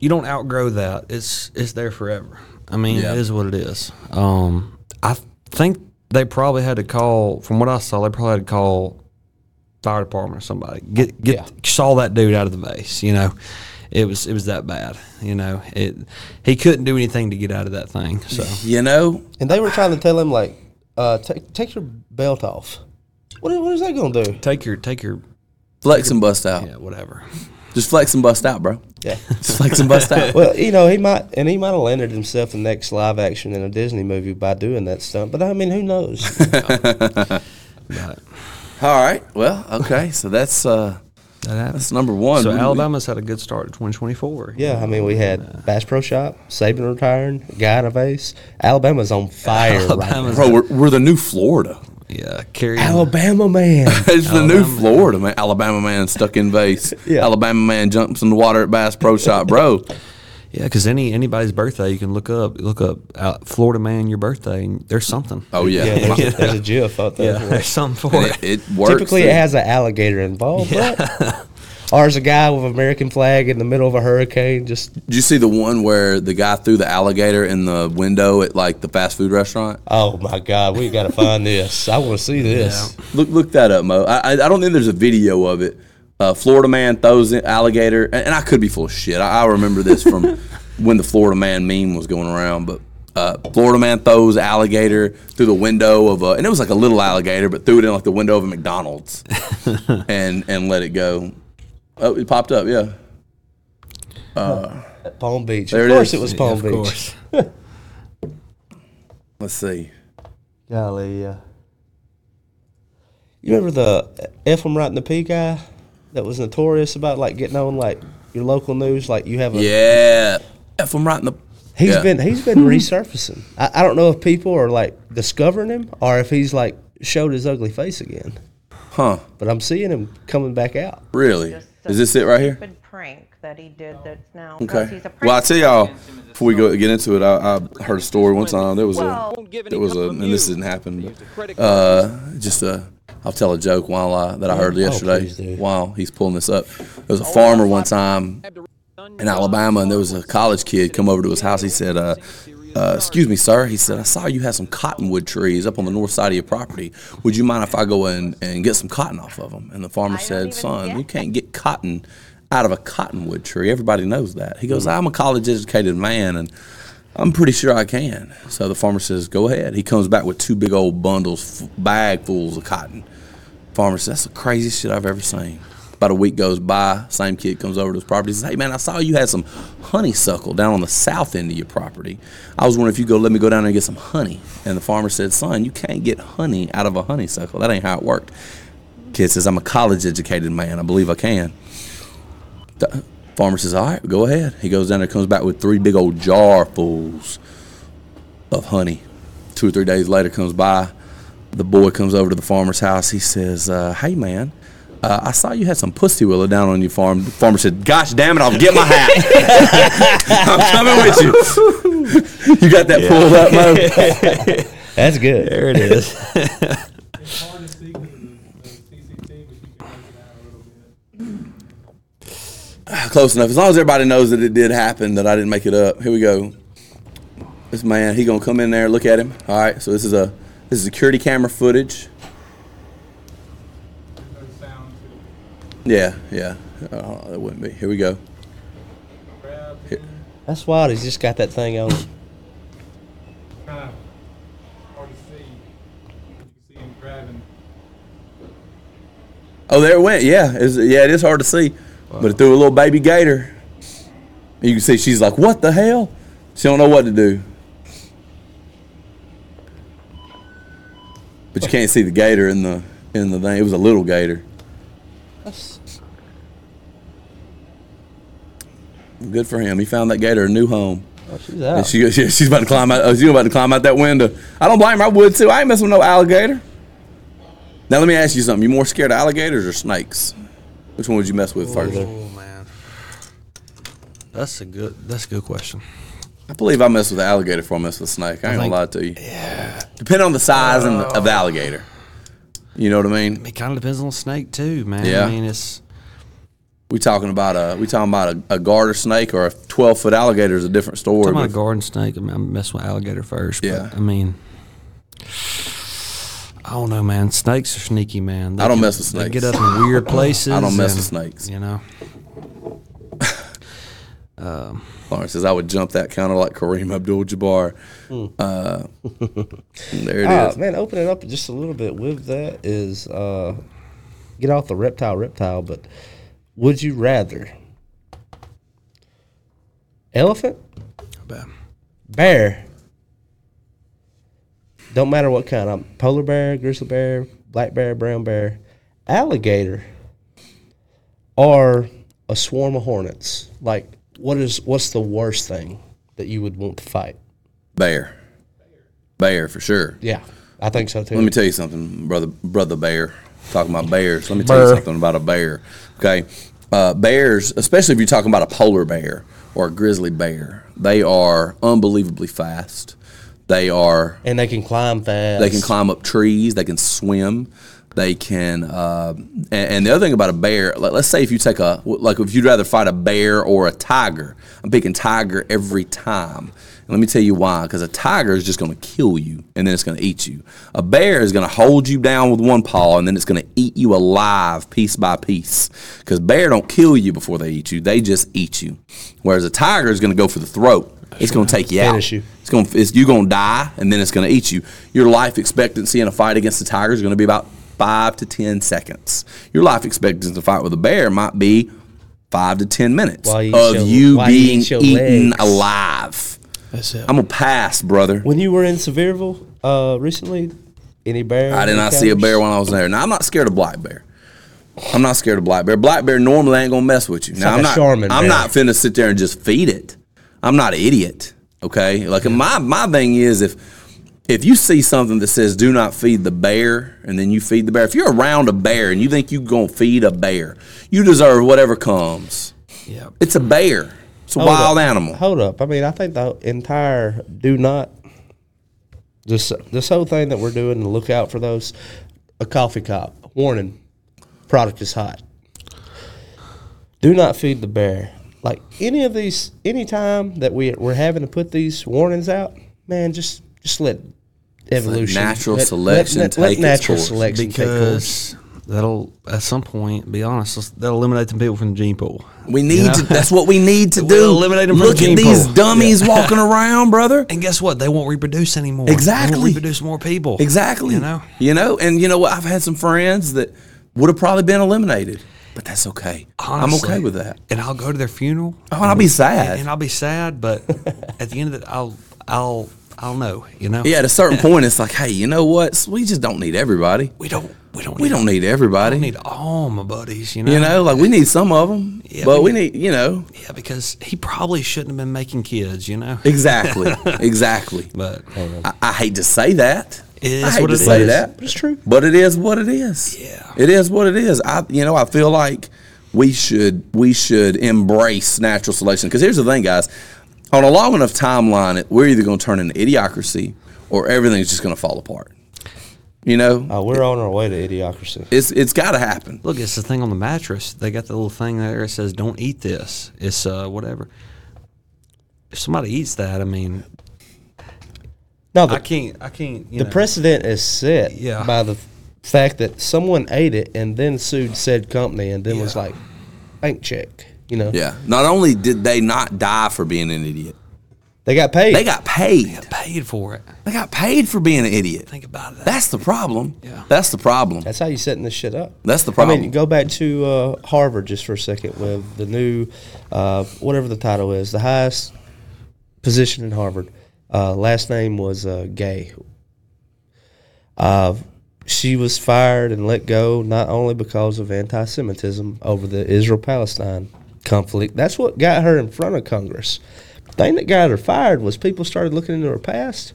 C: you don't outgrow that it's it's there forever i mean
A: Yeah.
C: it is what it is um i think they probably had to call from what i saw they probably had to call fire department or somebody get get
D: Yeah.
C: saw that dude out of the vase you know it was it was that bad you know it he couldn't do anything to get out of that thing so
A: You know,
D: And they were trying to tell him like uh, take take your belt off. What is, what is that gonna do?
C: Take your take your
A: Flex and bust out.
C: yeah whatever.
A: Just flex and bust out, bro.
D: Yeah.
A: Just flex and bust out.
D: Well, you know, he might and he might have landed himself the next live action in a Disney movie by doing that stunt. But I mean, who knows?
C: But
A: All right. Well, okay. So that's uh
C: that happens.
A: that's number one.
C: So
A: We- we-
C: Alabama's had a good start in 2024.
D: yeah, I mean, we had Bass Pro Shop, Saban retiring, Guy in a vase. Alabama's on fire
C: Alabama's-
D: right
A: Bro, we're, we're the new Florida.
C: yeah.
D: now.
C: Carrying
D: Alabama man.
A: It's the new Florida, man. Alabama man stuck in vase.
D: Yeah.
A: Alabama man jumps in the water at Bass Pro Shop, bro.
C: Yeah, because any anybody's birthday, you can look up look up uh, Florida man your birthday, and there's something.
A: Oh yeah.
D: yeah, there's, a- there's a GIF out there.
C: yeah,
D: for it.
C: there's something for
A: And
C: it.
A: it, it works.
D: Typically,
A: dude.
D: it has an alligator involved. but- or is a guy with American flag in the middle of a hurricane just
A: Did you see the one where the guy threw the alligator in the window at like the fast food restaurant?
D: Oh my God, we gotta find this. I want to see this.
A: Look, look that up, Mo. I, I I don't think there's a video of it. Uh, Florida man throws in alligator, and, and I could be full of shit. I, I remember this from when the Florida man meme was going around, but. Uh, Florida man throws alligator through the window of a, and it was like a little alligator, but threw it in like the window of a McDonald's, and and let it go. Oh, it popped up, yeah.
D: Palm Beach.
A: There
D: of
A: it
D: course,
A: is.
D: it was Palm
C: of
D: Beach.
C: course.
A: Let's see.
D: Golly, yeah. You remember the F I'm right in the P guy that was notorious about like getting on like your local news, like you have a.
A: Yeah, if I'm right in the,
D: He's
A: yeah.
D: been he's been resurfacing. I, I don't know if people are like discovering him or if he's like showed his ugly face again.
A: huh?
D: But I'm seeing him coming back out.
A: Really? Is this it right here?
H: Stupid prank that he did that's now.
A: Okay. Well, I tell y'all before we go get into it, I, I heard a story one time. There was a there was a and this didn't happen, but uh, just a I'll tell a joke while I, that I heard
D: Oh, please
A: yesterday
D: do.
A: while he's pulling this up. There was a farmer one time in Alabama, and there was a college kid come over to his house. He said, uh, uh, "Excuse me, sir." He said, "I saw you had some cottonwood trees up on the north side of your property. Would you mind if I go in and get some cotton off of them?" And the farmer said,
H: even
A: "Son,
H: get
A: you can't get cotton out of a cottonwood tree. Everybody knows that." He
H: Mm-hmm.
A: goes, "I'm a college-educated man, and I'm pretty sure I can." So the farmer says, "Go ahead." He comes back with two big old bundles, f- bag fulls of cotton. Farmer says, That's the craziest shit I've ever seen. About a week goes by, same kid comes over to his property and says, Hey man, I saw you had some honeysuckle down on the south end of your property. I was wondering if you go let me go down there and get some honey. And the farmer said, Son, you can't get honey out of a honeysuckle. That ain't how it worked. Kid says, I'm a college educated man. I believe I can. The farmer says, All right, go ahead. He goes down there, comes back with three big old jar fulls of honey. Two or three days later comes by, the boy comes over to the farmer's house. He says, uh, "Hey, man, uh, I saw you had some pussy willow down on your farm." The farmer said, "Gosh damn it, I'll get my hat. I'm coming with you." you got that pulled up, Mo?
D: That's good. There it is.
E: It's hard to see because of the, the CCT, but you can make it out a little bit.
A: Close enough. As long as everybody knows that it did happen, that I didn't make it up. Here we go. This man, he gonna come in there, look at him. All right. So this is a this is security camera footage.
E: There's no sound to
A: Yeah, yeah. Oh, it wouldn't be. Here we go.
E: it. Grab,
D: That's wild. He's just got that thing on.
E: kind of hard to see. You can see him grabbing.
A: Oh, there it went. Yeah, it's, yeah, it is hard to see, but it threw a little baby gator. And you can see she's like, "What the hell?" She don't know what to do. But you can't see the gator in the in the thing. It was a little gator. Good for him. He found that gator a new home.
D: Oh, she's
A: And
D: out.
A: she, she she's about to climb out. Oh, she's about to climb out that window. I don't blame her. I would too. I ain't messing with no alligator. Now let me ask you something. You more scared of alligators or snakes? Which one would you mess with first?
C: Oh man, that's a good that's a good question.
A: I believe I mess with the alligator before I mess with a snake. I ain't gonna lie to you. Yeah. Depending on the size and the, of the alligator. You know what I mean?
C: It kind of depends on the snake too, man.
A: Yeah.
C: I mean it's
A: We talking about a we talking about a, a garter snake or a twelve foot alligator is a different story.
C: talking about a
A: but-
C: garden snake. I mean, I'm messing with alligator first. But,
A: Yeah.
C: I mean. I don't know, man. Snakes are sneaky, man. They
A: I don't
C: can-
A: mess with
C: They get
A: snakes.
C: up in weird places.
A: I don't mess
C: and,
A: with snakes.
C: You know.
A: Lawrence says I would jump that counter like Kareem Abdul-Jabbar. Uh, there it is.
D: Ah, man, open it up just a little bit with that is uh, get off the reptile reptile, but would you rather elephant,
C: Bad.
D: bear? Don't matter what kind. I'm polar bear, grizzly bear, black bear, brown bear, alligator, or a swarm of hornets. Like, what is what's the worst thing that you would want to fight?
A: Bear, bear for sure.
D: Yeah, I think so too.
A: Let me tell you something, brother, brother bear. Talking about bears, let me tell you something about a bear. Okay, uh, bears, especially if you're talking about a polar bear or a grizzly bear, they are unbelievably fast. They are
D: and they can climb fast.
A: They can climb up trees. They can swim. They can. Uh, and, and the other thing about a bear, like, let's say if you take a like, if you'd rather fight a bear or a tiger, I'm picking tiger every time. And let me tell you why. Because a tiger is just going to kill you, and then it's going to eat you. A bear is going to hold you down with one paw, and then it's going to eat you alive, piece by piece. Because bear don't kill you before they eat you; they just eat you. Whereas a tiger is going to go for the throat. It's going to take you
D: Finish
A: out.
D: you.
A: It's going to it's, you're going to die, and then it's going to eat you. Your life expectancy in a fight against a tiger is going to be about five to ten seconds. Your life expectancy in a fight with a bear might be five to ten minutes
D: Why you
A: of
D: show-
A: you
D: why you
A: being
D: show
A: eaten
D: legs?
A: alive.
I: That's it.
A: I'm gonna pass, brother.
D: When you were in Sevierville uh, recently, any bear?
A: I did not see a bear when I was there. Now I'm not scared of black bear. I'm not scared of black bear. Black bear normally ain't gonna mess with you. now
D: like
A: I'm
D: a
A: not.
D: Charmin
A: I'm
D: bear.
A: not finna sit there and just feed it. I'm not an idiot. Okay. Like my my thing is if if you see something that says do not feed the bear and then you feed the bear, if you're around a bear and you think you gonna feed a bear, you deserve whatever comes.
C: Yeah.
A: It's a bear. It's a
D: Hold
A: wild
D: up.
A: animal.
D: Hold up. I mean, I think the entire do not this this whole thing that we're doing to look out for those a coffee cup warning product is hot. Do not feed the bear. Like any of these, any time that we we're having to put these warnings out, man, just just let evolution,
A: natural
D: let- let-
A: selection
D: let,
A: take
D: let
A: its
D: natural
A: course.
D: selection take course.
C: Because that'll at some point, be honest, that'll eliminate the people from the gene pool.
A: We need
C: You know?
A: to, that's what we need to
C: We'll
A: do.
C: eliminate 'em from
A: Look
C: the
A: at
C: gene
A: these
C: pool.
A: dummies walking around, brother.
C: And guess what? They won't reproduce anymore. They
A: Exactly.
C: won't reproduce more people.
A: Exactly.
C: You know?
A: You know, and you know what? I've had some friends that would have probably been eliminated, but that's okay.
C: Honestly.
A: I'm okay with that.
C: And I'll go to their funeral.
A: Oh, and I'll be sad.
C: and I'll be sad, but at the end of it, I'll I'll I'll know. You know.
A: yeah, at a certain point, it's like, hey, you know what? We just don't need everybody.
C: We don't. We don't.
A: We don't need
C: We
A: everybody.
C: need all my buddies. You know.
A: you know, like we need some of them,
C: Yeah,
A: but we
C: we
A: need, you know,
C: Yeah, because he probably shouldn't have been making kids. You know.
A: exactly, exactly.
C: But
A: I, I hate to say that.
C: It is
A: I hate
C: what
A: to
C: it
A: say
C: is.
A: that,
D: But it's true.
A: But it is what it is.
C: Yeah.
A: It is what it is. I you know, I feel like we should we should embrace natural selection because here's the thing, guys. On a long enough timeline, it- we're either going to turn into idiocracy or everything's just going to fall apart. You know?
D: Oh, we're on our way to idiocracy.
A: It's it's got to happen.
C: look, it's the thing on the mattress. They got the little thing there. It says, "Don't eat this." It's uh whatever. If somebody eats that, I mean,
D: No,
C: I
D: the,
C: can't. I can't. You
D: the
C: know.
D: precedent is set
C: Yeah.
D: by the f- fact that someone ate it and then sued said company and then was
C: Yeah.
D: like, bank check. You know,
A: Yeah. Not only did they not die for being an idiot,
D: they got paid.
A: they got paid.
C: paid for it.
A: They got paid for being an idiot.
C: Think about that.
A: That's the problem.
C: Yeah.
A: That's the problem.
D: That's how you setting this shit up.
A: That's the
D: I
A: problem.
D: mean, go back to uh, Harvard just for a second with the new, uh, whatever the title is, the highest position in Harvard. Uh, last name was uh, Gay. Uh, she was fired and let go not only because of anti Semitism over the Israel Palestine conflict. That's what got her in front of Congress. The thing that got her fired was people started looking into her past.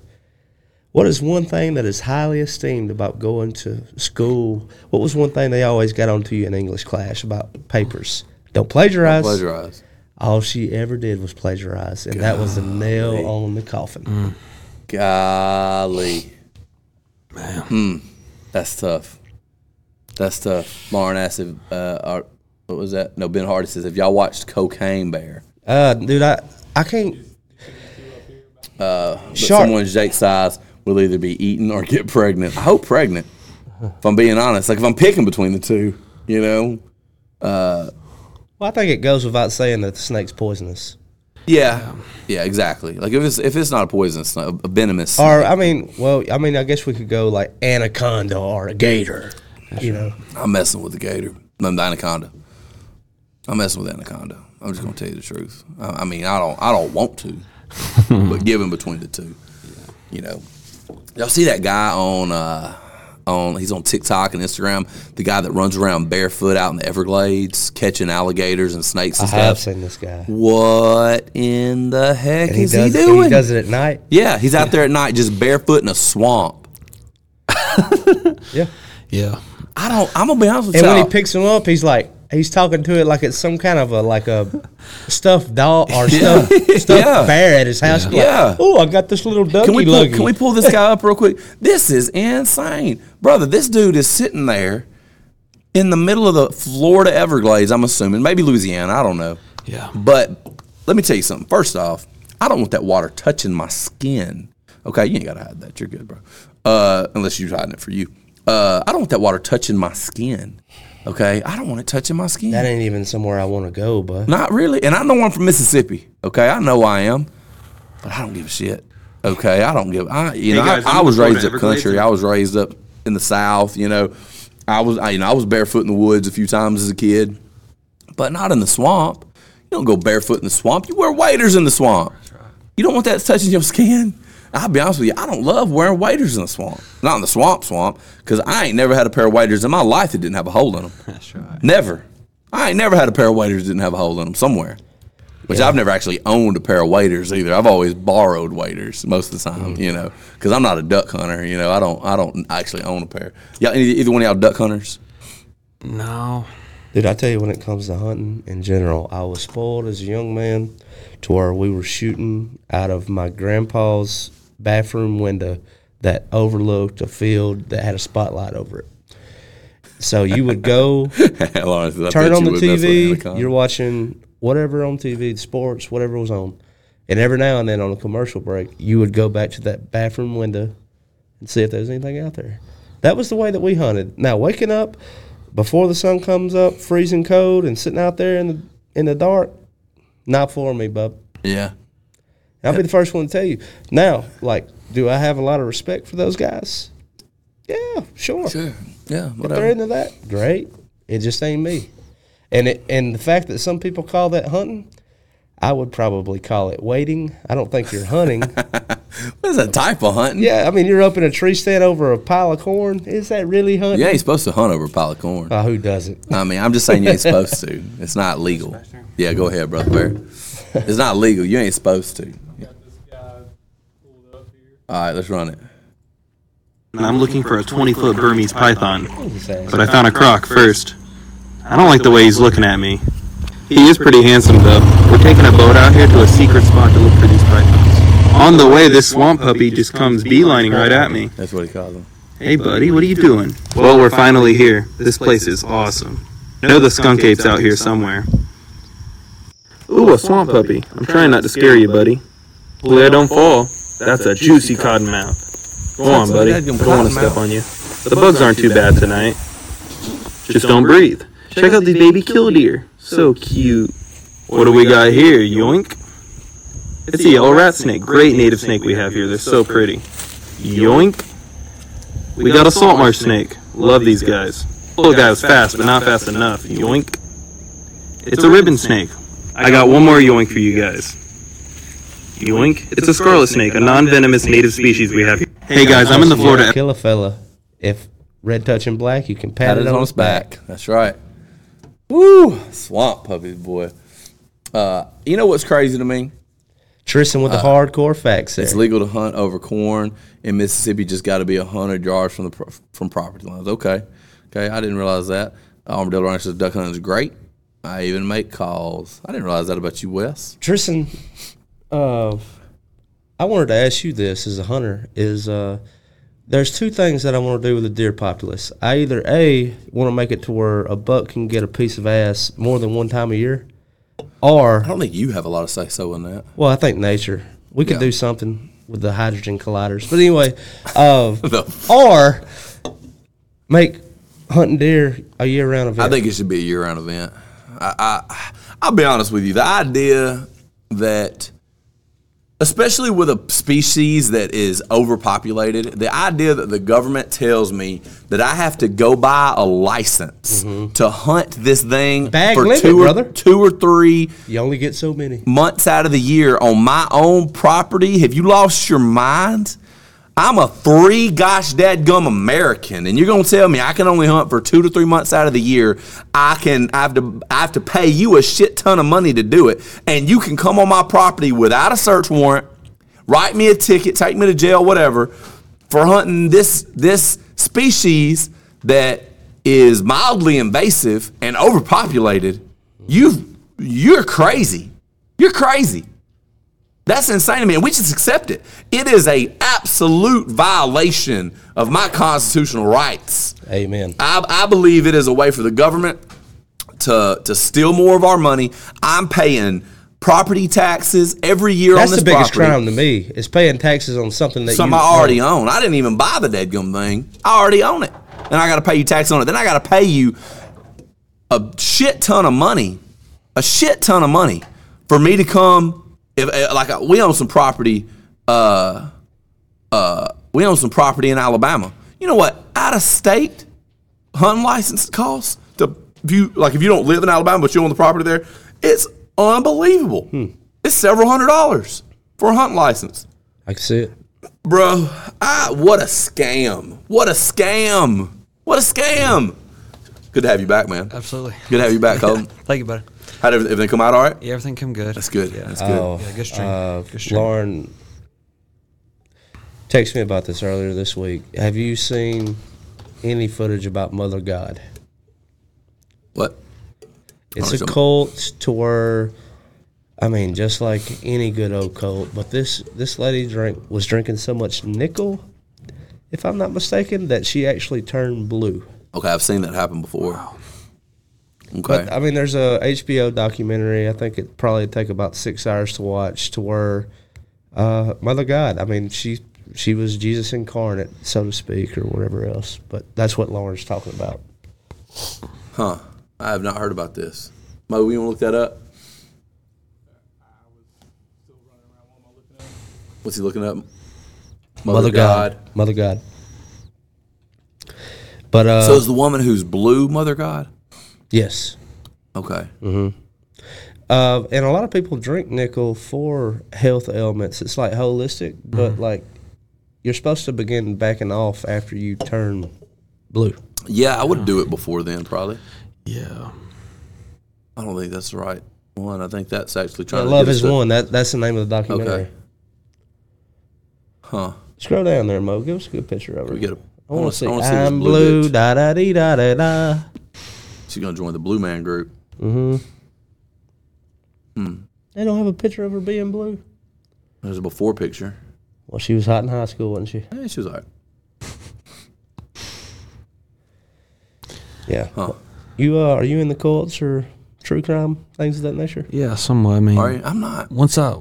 D: What is one thing that is highly esteemed about going to school? What was one thing they always got onto you in English class about papers? Don't plagiarize.
A: Pleasurized.
D: All she ever did was plagiarize, and that was the nail on the coffin.
A: Golly. Man. That's tough. That's tough. Lauren asked if, uh, our, what was that? No, Ben Hardy says, have y'all watched Cocaine Bear?
D: Uh, dude, I I can't. Uh,
A: But
D: Shark.
A: someone's Jake size will either be eaten or get pregnant. I hope pregnant. If I'm being honest, like if I'm picking between the two, you know,
D: Well, I think it goes without saying that the snake's poisonous.
A: Yeah, yeah, exactly. Like if it's if it's not a poisonous, a, a venomous.
D: Or I mean, well, I mean, I guess we could go like anaconda or a gator. You know,
A: I'm messing with the gator. No, the anaconda. I'm messing with anaconda. I'm just gonna tell you the truth. I, I mean, I don't, I don't want to, but given between the two, you know, y'all see that guy on, uh, on he's on TikTok and Instagram. The guy that runs around barefoot out in the Everglades catching alligators and snakes
D: I
A: and
D: have
A: stuff.
D: seen this guy.
A: What in the heck
D: And he
A: is
D: does,
A: he doing?
D: he does it at night.
A: Yeah, he's out there at night just barefoot in a swamp.
D: Yeah.
C: Yeah.
A: I don't. I'm gonna be honest with
D: And
A: y'all.
D: when he picks him up, he's like, he's talking to it like it's some kind of a like a stuffed dog or
A: Yeah.
D: stuffed, stuffed
A: Yeah.
D: bear at his house.
A: Yeah.
D: oh, I got this little ducky
A: can we pull,
D: luggy.
A: can we pull this guy up real quick? This is insane, brother. This dude is sitting there in the middle of the Florida Everglades. I'm assuming maybe Louisiana. I don't know.
C: Yeah.
A: But let me tell you something. First off, I don't want that water touching my skin. Okay, you ain't gotta hide that. You're good, bro. Uh, unless you're hiding it for you. Uh, I don't want that water touching my skin. Okay, I don't want it touching my skin.
D: that ain't even somewhere I want to go, but
A: Not really. And I know I'm from Mississippi. Okay, I know I am, but I don't give a shit. Okay, I don't give. I you know
I: guys, I'm
A: I, I was
I: from
A: raised up
I: Everglades.
A: country. I was raised up in the South. You know, I was I, you know I was barefoot in the woods a few times as a kid, but not in the swamp. You don't go barefoot in the swamp. You wear waders in the swamp. You don't want that touching your skin. I'll be honest with you. I don't love wearing waders in the swamp. Not in the swamp swamp because I ain't never had a pair of waders in my life that didn't have a hole in them.
C: That's right.
A: Never. I ain't never had a pair of waders that didn't have a hole in them somewhere. Which I've never actually owned a pair of waders either. I've always borrowed waders most of the
D: Mm.
A: time, you know, because I'm not a duck hunter. You know, I don't, I don't actually own a pair. Y'all, any, either one of y'all duck hunters?
C: No.
D: dude, I tell you, when it comes to hunting in general, I was spoiled as a young man to where we were shooting out of my grandpa's bathroom window that overlooked a field that had a spotlight over it. So you would go
A: Lawrence, I
D: turn
A: bet you
D: on
A: would
D: the
A: mess with
D: TV,
A: Anaconda.
D: you're watching whatever on TV, the sports, whatever was on. And every now and then on a commercial break, you would go back to that bathroom window and see if there was anything out there. That was the way that we hunted. Now waking up before the sun comes up, freezing cold, and sitting out there in the in the dark, not for me, bub.
A: yeah.
D: I'll be the first one to tell you. Now, like, do I have a lot of respect for those guys? Yeah, sure.
A: Sure. Yeah.
D: If they're
A: Whatever.
D: into that, great. It just ain't me. And it, and the fact that some people call that hunting, I would probably call it waiting. I don't think you're hunting.
A: What is that type of hunting?
D: yeah, I mean you're up in a tree stand over a pile of corn. Is that really hunting?
A: You ain't supposed to hunt over a pile of corn.
D: Oh, who doesn't?
A: I mean, I'm just saying you ain't supposed to. It's not legal. Yeah, go ahead, brother Bear. It's not legal. You ain't supposed to.
E: Got this guy pulled up here.
A: All right, let's run it.
I: And I'm looking for a 20 foot Burmese python,
D: Exactly.
I: but I found a croc first. I don't like the way he's looking at me. He is pretty handsome though. We're taking a boat out here to a secret spot to look for these pythons. On the way, this swamp puppy just comes beelining right at me.
A: That's what he calls them.
I: Hey, buddy, what are you doing? Well, we're finally here. This place is awesome. Know the skunk ape's out here somewhere. Ooh, a swamp puppy. I'm trying not to scare you, buddy. Blair, don't fall. That's a juicy cottonmouth. Go on, buddy. I don't want to step on you. The bugs aren't too bad tonight. Just don't breathe. Check out these baby killdeer. So cute. What do we got here, yoink? It's a yellow rat snake. Great native snake we have here. They're so pretty. Yoink. We got a salt marsh snake. Love these guys. Little guy was fast, but not fast enough. Yoink. It's a ribbon snake. I got one more yoink for you guys. Yoink. It's a scarlet snake, a non-venomous native species we have here. Hey guys, I'm in the Florida
D: Kill a fella. If red touching black, you can
A: Pat
D: pat it on his back.
A: That's right. Woo! Swamp puppy boy. Uh, you know what's crazy to me?
D: Tristan with the hardcore facts there.
A: It's legal to hunt over corn in Mississippi. Just got to be hundred yards from the pro- from property lines. Okay, okay. I didn't realize that. Armadillo Ranch says duck hunting is great. I even make calls. I didn't realize that about you, Wes.
D: Tristan, uh, I wanted to ask you this as a hunter is uh, there's two things that I want to do with the deer populace. I either a want to make it to where a buck can get a piece of ass more than one time a year, or
A: I don't think you have a lot of say so in that.
D: well, I think nature we could
A: Yeah.
D: do something with the hydrogen colliders. But anyway, uh,
A: No.
D: or make hunting deer a year round event.
A: I think it should be a year round event. I, I I'll be honest with you. The idea that especially with a species that is overpopulated, the idea that the government tells me that I have to go buy a license to hunt this thing
D: Mm-hmm. Bag
A: for
D: limit,
A: two, or,
D: brother.
A: two or three
D: You only get so many.
A: months out of the year on my own property. Have you lost your mind? I'm a three gosh dadgum American, and you're gonna tell me I can only hunt for two to three months out of the year. I can I have to I have to pay you a shit ton of money to do it, and you can come on my property without a search warrant, write me a ticket, take me to jail, whatever, for hunting this this species that is mildly invasive and overpopulated. You've you're crazy. You're crazy. That's insane to me, and we just accept it. It is a absolute violation of my constitutional rights.
D: Amen.
A: I, I believe it is a way for the government to to steal more of our money. I'm paying property taxes every year on
D: That's
A: this
D: the biggest
A: property.
D: crime to me is paying taxes on something that
A: Something
D: you
A: I already own. I didn't even buy the dadgum thing. I already own it, and I got to pay you tax on it. Then I got to pay you a shit ton of money, a shit ton of money for me to come. If eh, like uh, we own some property, uh, uh, we own some property in Alabama. You know what? Out of state hunting license costs to if you like if you don't live in Alabama but you own the property there, it's unbelievable.
D: Hmm.
A: It's several hundred dollars for a hunting license.
D: I can see it.
A: Bro, I, what a scam. What a scam. What a scam. Good to have you back, man.
C: Absolutely.
A: Good to have you back, Colton.
C: Thank you, buddy.
A: How did everything come out all right?
C: Yeah, everything come good.
A: That's good.
C: Yeah.
A: That's good.
D: Oh,
C: Yeah, good stream.
D: uh,
C: Good stream.
D: Lauren texted me about this earlier this week. Have you seen any footage about Mother God?
A: What?
D: It's
A: Or
D: a
A: some-
D: cult to where, I mean, just like any good old cult. But this this lady drank was drinking so much nickel, if I'm not mistaken, that she actually turned blue.
A: Okay, I've seen that happen before. Okay.
D: But I mean, there's a HBO documentary. I think it probably take about six hours to watch. To where, uh, Mother God. I mean, she she was Jesus incarnate, so to speak, or whatever else. But that's what Lauren's talking about.
A: huh. I have not heard about this. Mo, you want to look that up? What's he looking up?
D: Mother God. But uh,
A: So is the woman who's blue Mother God?
D: yes,
A: Okay.
D: uh, and a lot of people drink nickel for health ailments. It's like holistic, but
A: Mm-hmm.
D: like you're supposed to begin backing off after you turn blue.
A: Yeah, I would do it before then, probably.
C: Yeah.
A: I don't think that's the right one. I think that's actually trying to
D: Love
A: get us
D: is
A: to-
D: one. That that's the name of the documentary.
A: Okay. Huh.
D: Scroll down there, Mo. Give us a good picture of her.
A: We get a,
D: I want to see.
A: wanna this
D: I'm
A: blue
D: blue.
A: bitch.
D: Da da dee da da da.
A: She's gonna join the Blue Man group.
D: Mm-hmm. Hmm. They don't have a picture of her being blue.
A: There's a before picture.
D: Well, she was hot in high school, wasn't she?
A: Hey, she was alright.
D: Yeah.
A: Huh.
D: You uh, are you in the cults or true crime things of that nature?
C: Yeah, somewhat. I mean,
A: All right, I'm not.
C: once I,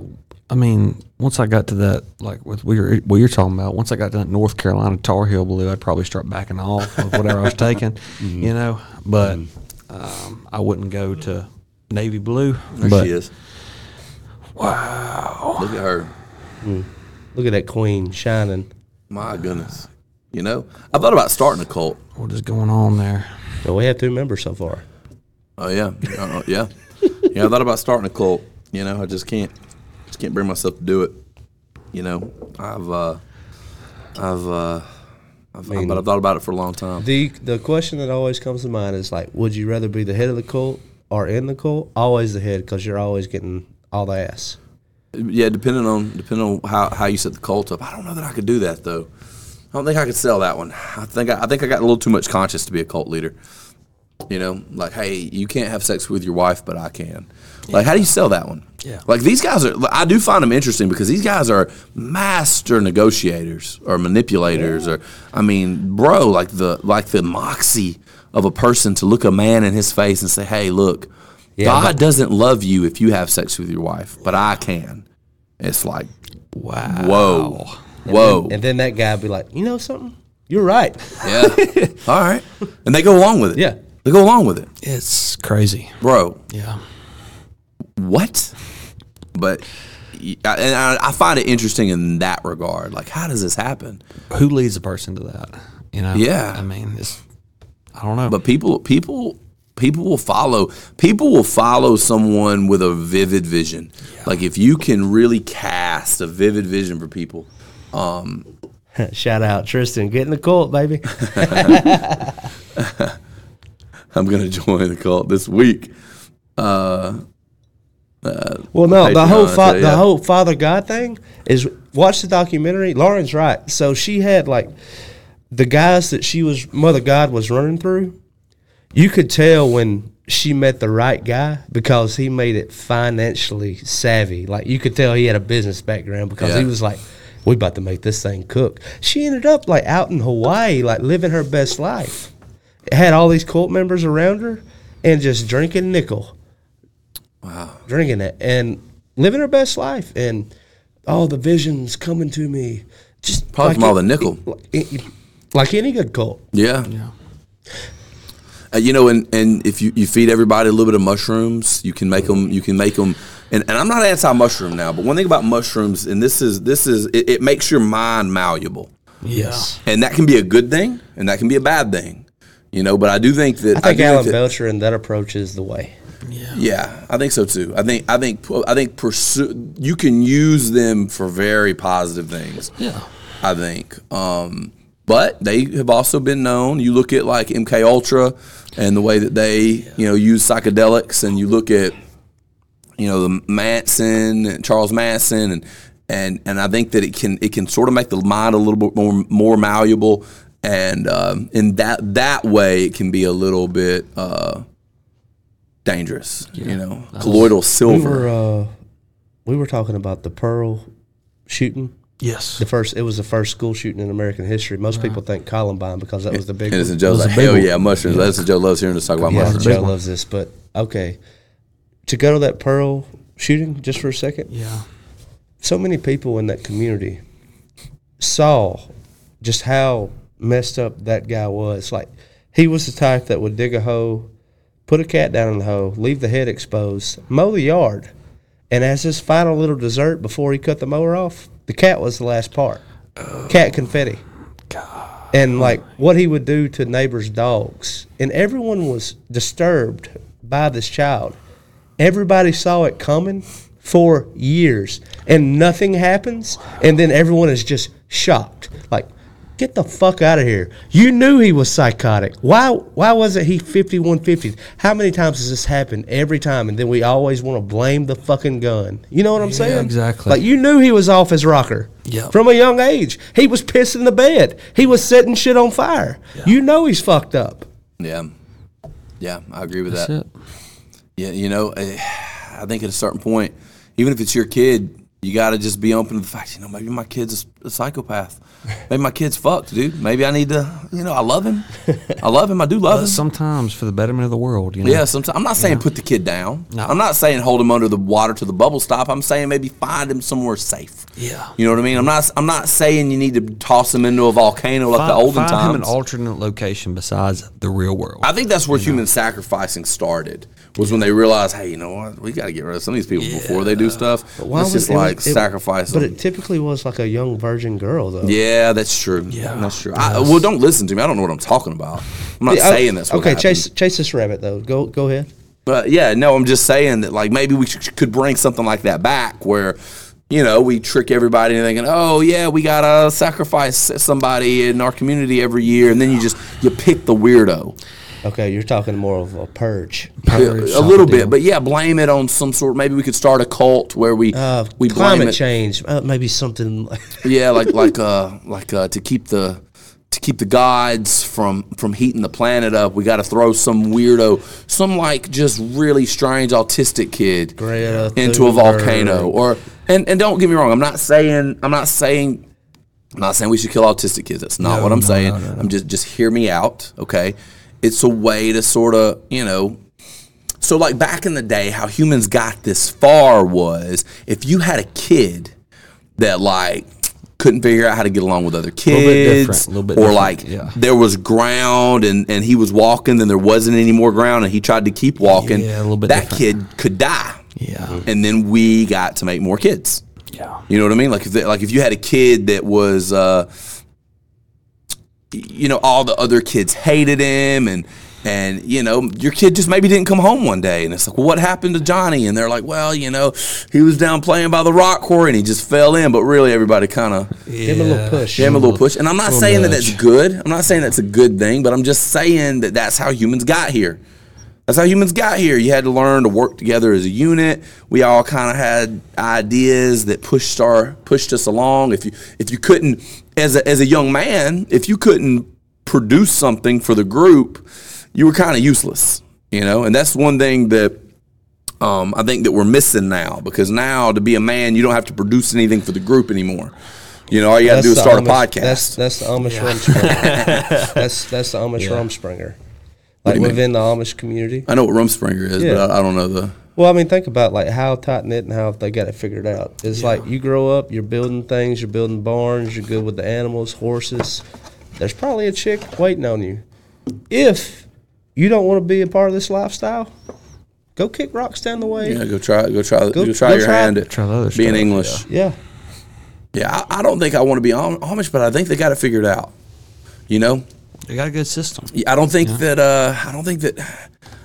C: I mean, once I got to that, like with what you're, what you're talking about, once I got to that North Carolina Tar Heel blue, I'd probably start backing off of whatever I was taking,
A: Mm-hmm.
C: you know. But um, I wouldn't go to navy blue.
A: There
C: but
A: she is. Wow. Look at her.
D: Look at that queen shining.
A: My goodness. You know, I thought about starting a cult.
C: what is going on there?
D: So we have two members so far.
A: Oh yeah, uh, yeah, yeah. I thought about starting a cult. You know, I just can't, just can't bring myself to do it. You know, I've, uh, I've, uh, I've,
D: mean-
A: but I've thought about it for a long time.
D: The the question that always comes to mind is like, would you rather be the head of the cult or in the cult? Always the head because you're always getting all the ass.
A: Yeah, depending on depending on how, how you set the cult up. I don't know that I could do that though. I don't think I could sell that one. I think I, I think I got a little too much conscience to be a cult leader. You know, like hey, you can't have sex with your wife, but I can. Like, how do you sell that one?
C: Yeah.
A: Like these guys are. I do find them interesting because these guys are master negotiators or manipulators or I mean, bro, like the like the moxie of a person to look a man in his face and say, hey, look. God doesn't love you if you have sex with your wife, but I can. It's like,
C: Wow.
A: whoa, whoa,
D: And then that guy be like, you know something? You're right.
A: yeah, all right. And they go along with it.
D: Yeah.
A: they go along with it,
C: It's crazy.
A: bro.
C: Yeah.
A: What? But y- I- and I, I find it interesting in that regard. Like, how does this happen?
C: Who leads a person to that? You know?
A: Yeah.
C: I mean, it's, I don't know.
A: But people, people, people will follow. People will follow someone with a vivid vision. Like if you can really cast a vivid vision for people,
D: Shout out Tristan, get in the cult, baby.
A: I'm gonna join the cult this week.
D: Well, no, the whole
A: Patreon,
D: fa-
A: yeah.
D: the whole Father God thing is watch the documentary. Lauren's right. So she had like the guys that she was Mother God was running through. You could tell when she met the right guy because he made it financially savvy. Like you could tell he had a business background because he
A: Yeah.
D: was like, "We about to make this thing cook." She ended up like out in Hawaii, like living her best life. Had all these cult members around her and just drinking nickel drinking it and living her best life and all the visions coming to me just
A: Probably from all the
D: it-
A: nickel.
D: it- like any good cult
A: Yeah. Uh, you know, and, and if you, you feed everybody a little bit of mushrooms, you can make them. You can make them. And, and I'm not anti mushroom now, but one thing about mushrooms, and this is this is it, it makes your mind malleable,
D: yes
A: and that can be a good thing, and that can be a bad thing. You know, but I do think that
D: i think
A: do
D: alan
A: that-
D: belcher and that approach is the way
A: yeah, I think so too. I think I think I think pursue. You can use them for very positive things.
C: yeah.
A: I think. Um, but they have also been known. You look at like MK Ultra and the way that they you know use psychedelics, and you look at you know the Manson and Charles Manson, and and and I think that it can it can sort of make the mind a little bit more more malleable, and um, in that that way it can be a little bit. Uh, Dangerous, you know, colloidal
D: we
A: silver.
D: were uh we were talking about the pearl shooting
C: Yes.
D: the first it was the first school shooting in american history most people think columbine because that was the big one.
A: Innocent Joe's
C: was
A: like,
C: a big
A: hell
C: one.
A: yeah, mushrooms. That's what Joe loves hearing us talk about
D: yeah
A: mushrooms.
D: joe loves this but okay to go to that pearl shooting just for a second
C: Yeah.
D: so many people in that community saw just how messed up that guy was. Like he was the type that would dig a hole, put a cat down in the hole, leave the head exposed, mow the yard, and as his final little dessert before he cut the mower off, the cat was the last part. Cat confetti. And like what he would do to neighbors' dogs. And everyone was disturbed by this child. Everybody saw it coming for years and nothing happens. And then everyone is just shocked. Like, get the fuck out of here. You knew he was psychotic. Why why wasn't he 5150? How many times has this happened? Every time. And then we always want to blame the fucking gun. You know what I'm saying?
C: exactly.
D: Like, you knew he was off his rocker.
C: Yeah.
D: From a young age. He was pissing the bed. He was setting shit on fire. You know he's fucked up.
A: Yeah, yeah, I agree with
C: That's
A: that.
C: it.
A: Yeah, you know, I, I think at a certain point, even if it's your kid, you got to just be open to the fact. You know, maybe my kid's a psychopath. Maybe my kid's fucked, dude. Maybe I need to. You know, I love him. I love him. I do love
C: But
A: him.
C: sometimes for the betterment of the world, you know.
A: Yeah, sometimes I'm not saying put the kid down.
C: No.
A: I'm not saying hold him under the water to the bubble stop. I'm saying maybe find him somewhere safe.
C: Yeah.
A: You know what I mean? I'm not. I'm not saying you need to toss him into a volcano like
C: Find,
A: the olden
C: find
A: times.
C: him an alternate location besides the real world.
A: I think that's where human sacrificing started. Was when they realized, hey, you know what? We got to get rid of some of these people before they do stuff. But Let's just
D: would- it
A: like
D: was- it-
A: sacrifice
D: But
A: them.
D: it typically was like a young virgin girl, though.
A: yeah, that's true. Yeah, that's true. I, well, don't listen to me. I don't know what I'm talking about. I'm not
D: Yeah, I-
A: saying that's what
D: okay.
A: happened.
D: Chase, chase this rabbit though. Go, go ahead.
A: But yeah, no, I'm just saying that like maybe we sh- could bring something like that back where. You know, we trick everybody into thinking, "Oh, yeah, we gotta sacrifice somebody in our community every year," and then you just you pick the weirdo.
D: Okay, you're talking more of a purge.
A: Yeah, a little bit, but yeah, blame it on some sort. Maybe we could start a cult where we
D: Uh,
A: we blame
D: climate
A: it.
D: change, uh, maybe something. like-
A: Yeah, like like uh like uh to keep the to keep the gods from from heating the planet up. We got to throw some weirdo, some like just really strange autistic kid
D: Greta
A: into a
D: Thunberg.
A: volcano. Or and and don't get me wrong, I'm not saying I'm not saying I'm not saying we should kill autistic kids. That's not what I'm saying. I'm just just hear me out, okay? It's a way to sort of, you know, so like back in the day how humans got this far was if you had a kid that like couldn't figure out how to get along with other kids
C: bit different, little bit
A: or
C: different,
A: like
C: yeah.
A: there was ground and, and he was walking then there wasn't any more ground and he tried to keep walking
C: Yeah, a little bit
A: that
C: different.
A: kid could die
C: Yeah.
A: and then we got to make more kids.
C: Yeah.
A: You know what I mean? Like if they, like if you had a kid that was, uh, y- you know, all the other kids hated him, and and you know your kid just maybe didn't come home one day, and it's like, well, what happened to Johnny? And they're like, well, you know, he was down playing by the rock quarry and he just fell in, but really everybody kind of
C: yeah.
D: Give him a little push.
A: gave him a little push. And I'm not
C: Little
A: saying that
C: nudge.
A: that's good. I'm not saying that's a good thing, but I'm just saying that that's how humans got here. That's how humans got here. You had to learn to work together as a unit. We all kind of had ideas that pushed our pushed us along. If you if you couldn't as a, as a young man, if you couldn't produce something for the group, you were kind of useless, you know. And that's one thing that um, I think that we're missing now because now to be a man, you don't have to produce anything for the group anymore. You know, all you got to do is
D: the
A: start a
D: Amish-
A: podcast.
D: That's that's the Amish Rumspringer. that's that's the Amish Rumspringer.
A: What do you
D: Like
A: mean?
D: within the Amish community.
A: I know what Rumspringer is,
D: Yeah.
A: but I, I don't know the.
D: Well, I mean, think about like how tight knit and how they got it figured out. It's like you grow up, you're building things, you're building barns, you're good with the animals, horses. There's probably a chick waiting on you. If you don't want to be a part of this lifestyle, go kick rocks down the way.
A: Yeah,
D: Yeah.
A: go try, go try, go,
D: Go-
A: try
D: go
A: your
D: try-
A: hand at
C: Try the other
A: being
C: stuff,
A: English. Yeah, I, I don't think I want to be Am- Amish, but I think they got it figured out. You know,
C: They got a good system.
A: Yeah, I don't think that. Uh, I don't think that.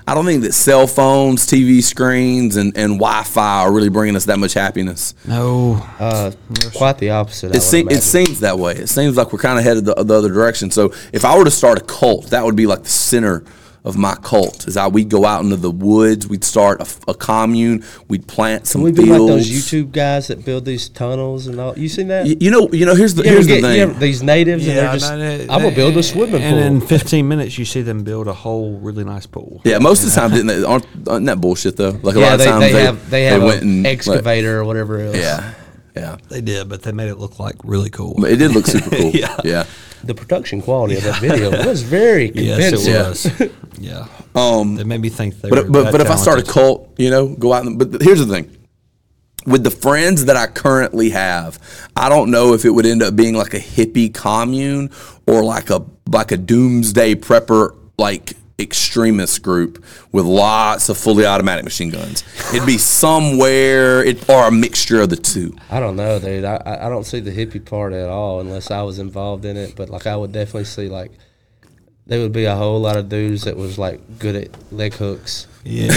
A: I don't think that cell phones, TV screens, and, and Wi-Fi are really bringing us that much happiness.
C: No.
D: Uh, quite the opposite. I
A: It,
D: would
A: seem, it
D: imagine.
A: seems that way. It seems like we're kind of headed the, the other direction. So if I were to start a cult, that would be like the center of my cult. Is I we'd go out into the woods, we'd start a, f- a commune, we'd plant some
D: Can we be
A: fields.
D: like those YouTube guys that build these tunnels and all? You seen that?
A: Y- You know, you know. Here's the
D: You ever
A: here's
D: get-
A: the
D: you ever-
A: thing.
D: these natives and they're
C: I
D: just,
C: know that-
D: I'm gonna build a swimming
C: and
D: pool.
C: in 15 minutes, you see them build a whole really nice pool.
A: Yeah, most of the time, didn't they, aren't, aren't that bullshit though? Like a lot
D: yeah,
A: of
D: they,
A: times
D: they, have they have
A: went
D: an
A: and like,
D: excavator or whatever else.
A: yeah, yeah.
C: They did, but they made it look like really cool.
A: But it did look super cool.
C: Yeah.
A: yeah.
D: the production quality of that video was very
C: Yes,
D: convincing.
A: Yeah.
C: it was. yeah.
A: Um,
C: They made me think they were
A: But but,
C: that
A: but if I start a
C: talented.
A: cult, you know, go out. And, but th- here's the thing: with the friends that I currently have, I don't know if it would end up being like a hippie commune or like a like a doomsday prepper like extremist group with lots of fully automatic machine guns. It'd be somewhere it, or a mixture of the two.
D: I don't know, dude. I, I- I don't see the hippie part at all unless I was involved in it. But like, I would definitely see like there would be a whole lot of dudes that was like good at leg hooks.
C: yeah.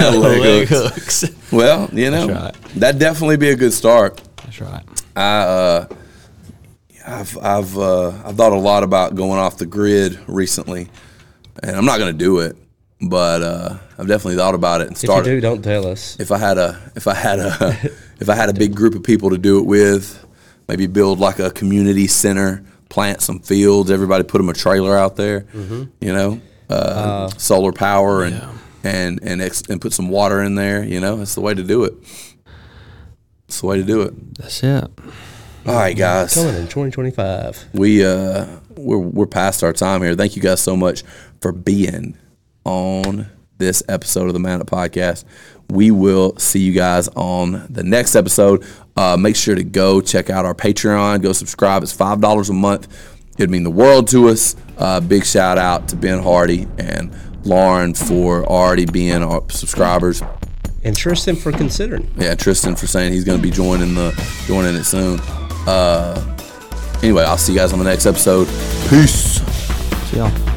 A: Leg
C: Leg hooks.
A: Well, you know,
C: That's right.
A: that'd definitely be a good start.
C: That's right.
A: uh, I've I've uh, I've thought a lot about going off the grid recently, and I'm not going to do it, but uh, I've definitely thought about it and
D: If you
A: started.
D: do, don't tell us.
A: If I had a if I had a if I had a big group of people to do it with, maybe build like a community center, plant some fields, everybody put them a trailer out there, you know, uh, solar power and. And and ex- and put some water in there, you know. That's the way to do it. It's the way to do it.
C: That's it.
A: All right, guys.
D: Coming in 2025.
A: we uh we're we're past our time here. Thank you guys so much for being on this episode of the Man Up Podcast. We will see you guys on the next episode. Uh, make sure to go check out our Patreon. Go subscribe. It's five dollars a month. It'd mean the world to us. Uh, big shout out to Ben Hardy and Lauren for already being our subscribers.
D: And Tristan for considering.
A: Yeah, Tristan for saying he's going to be joining the joining it soon. Uh, anyway, I'll see you guys on the next episode. Peace.
C: See y'all.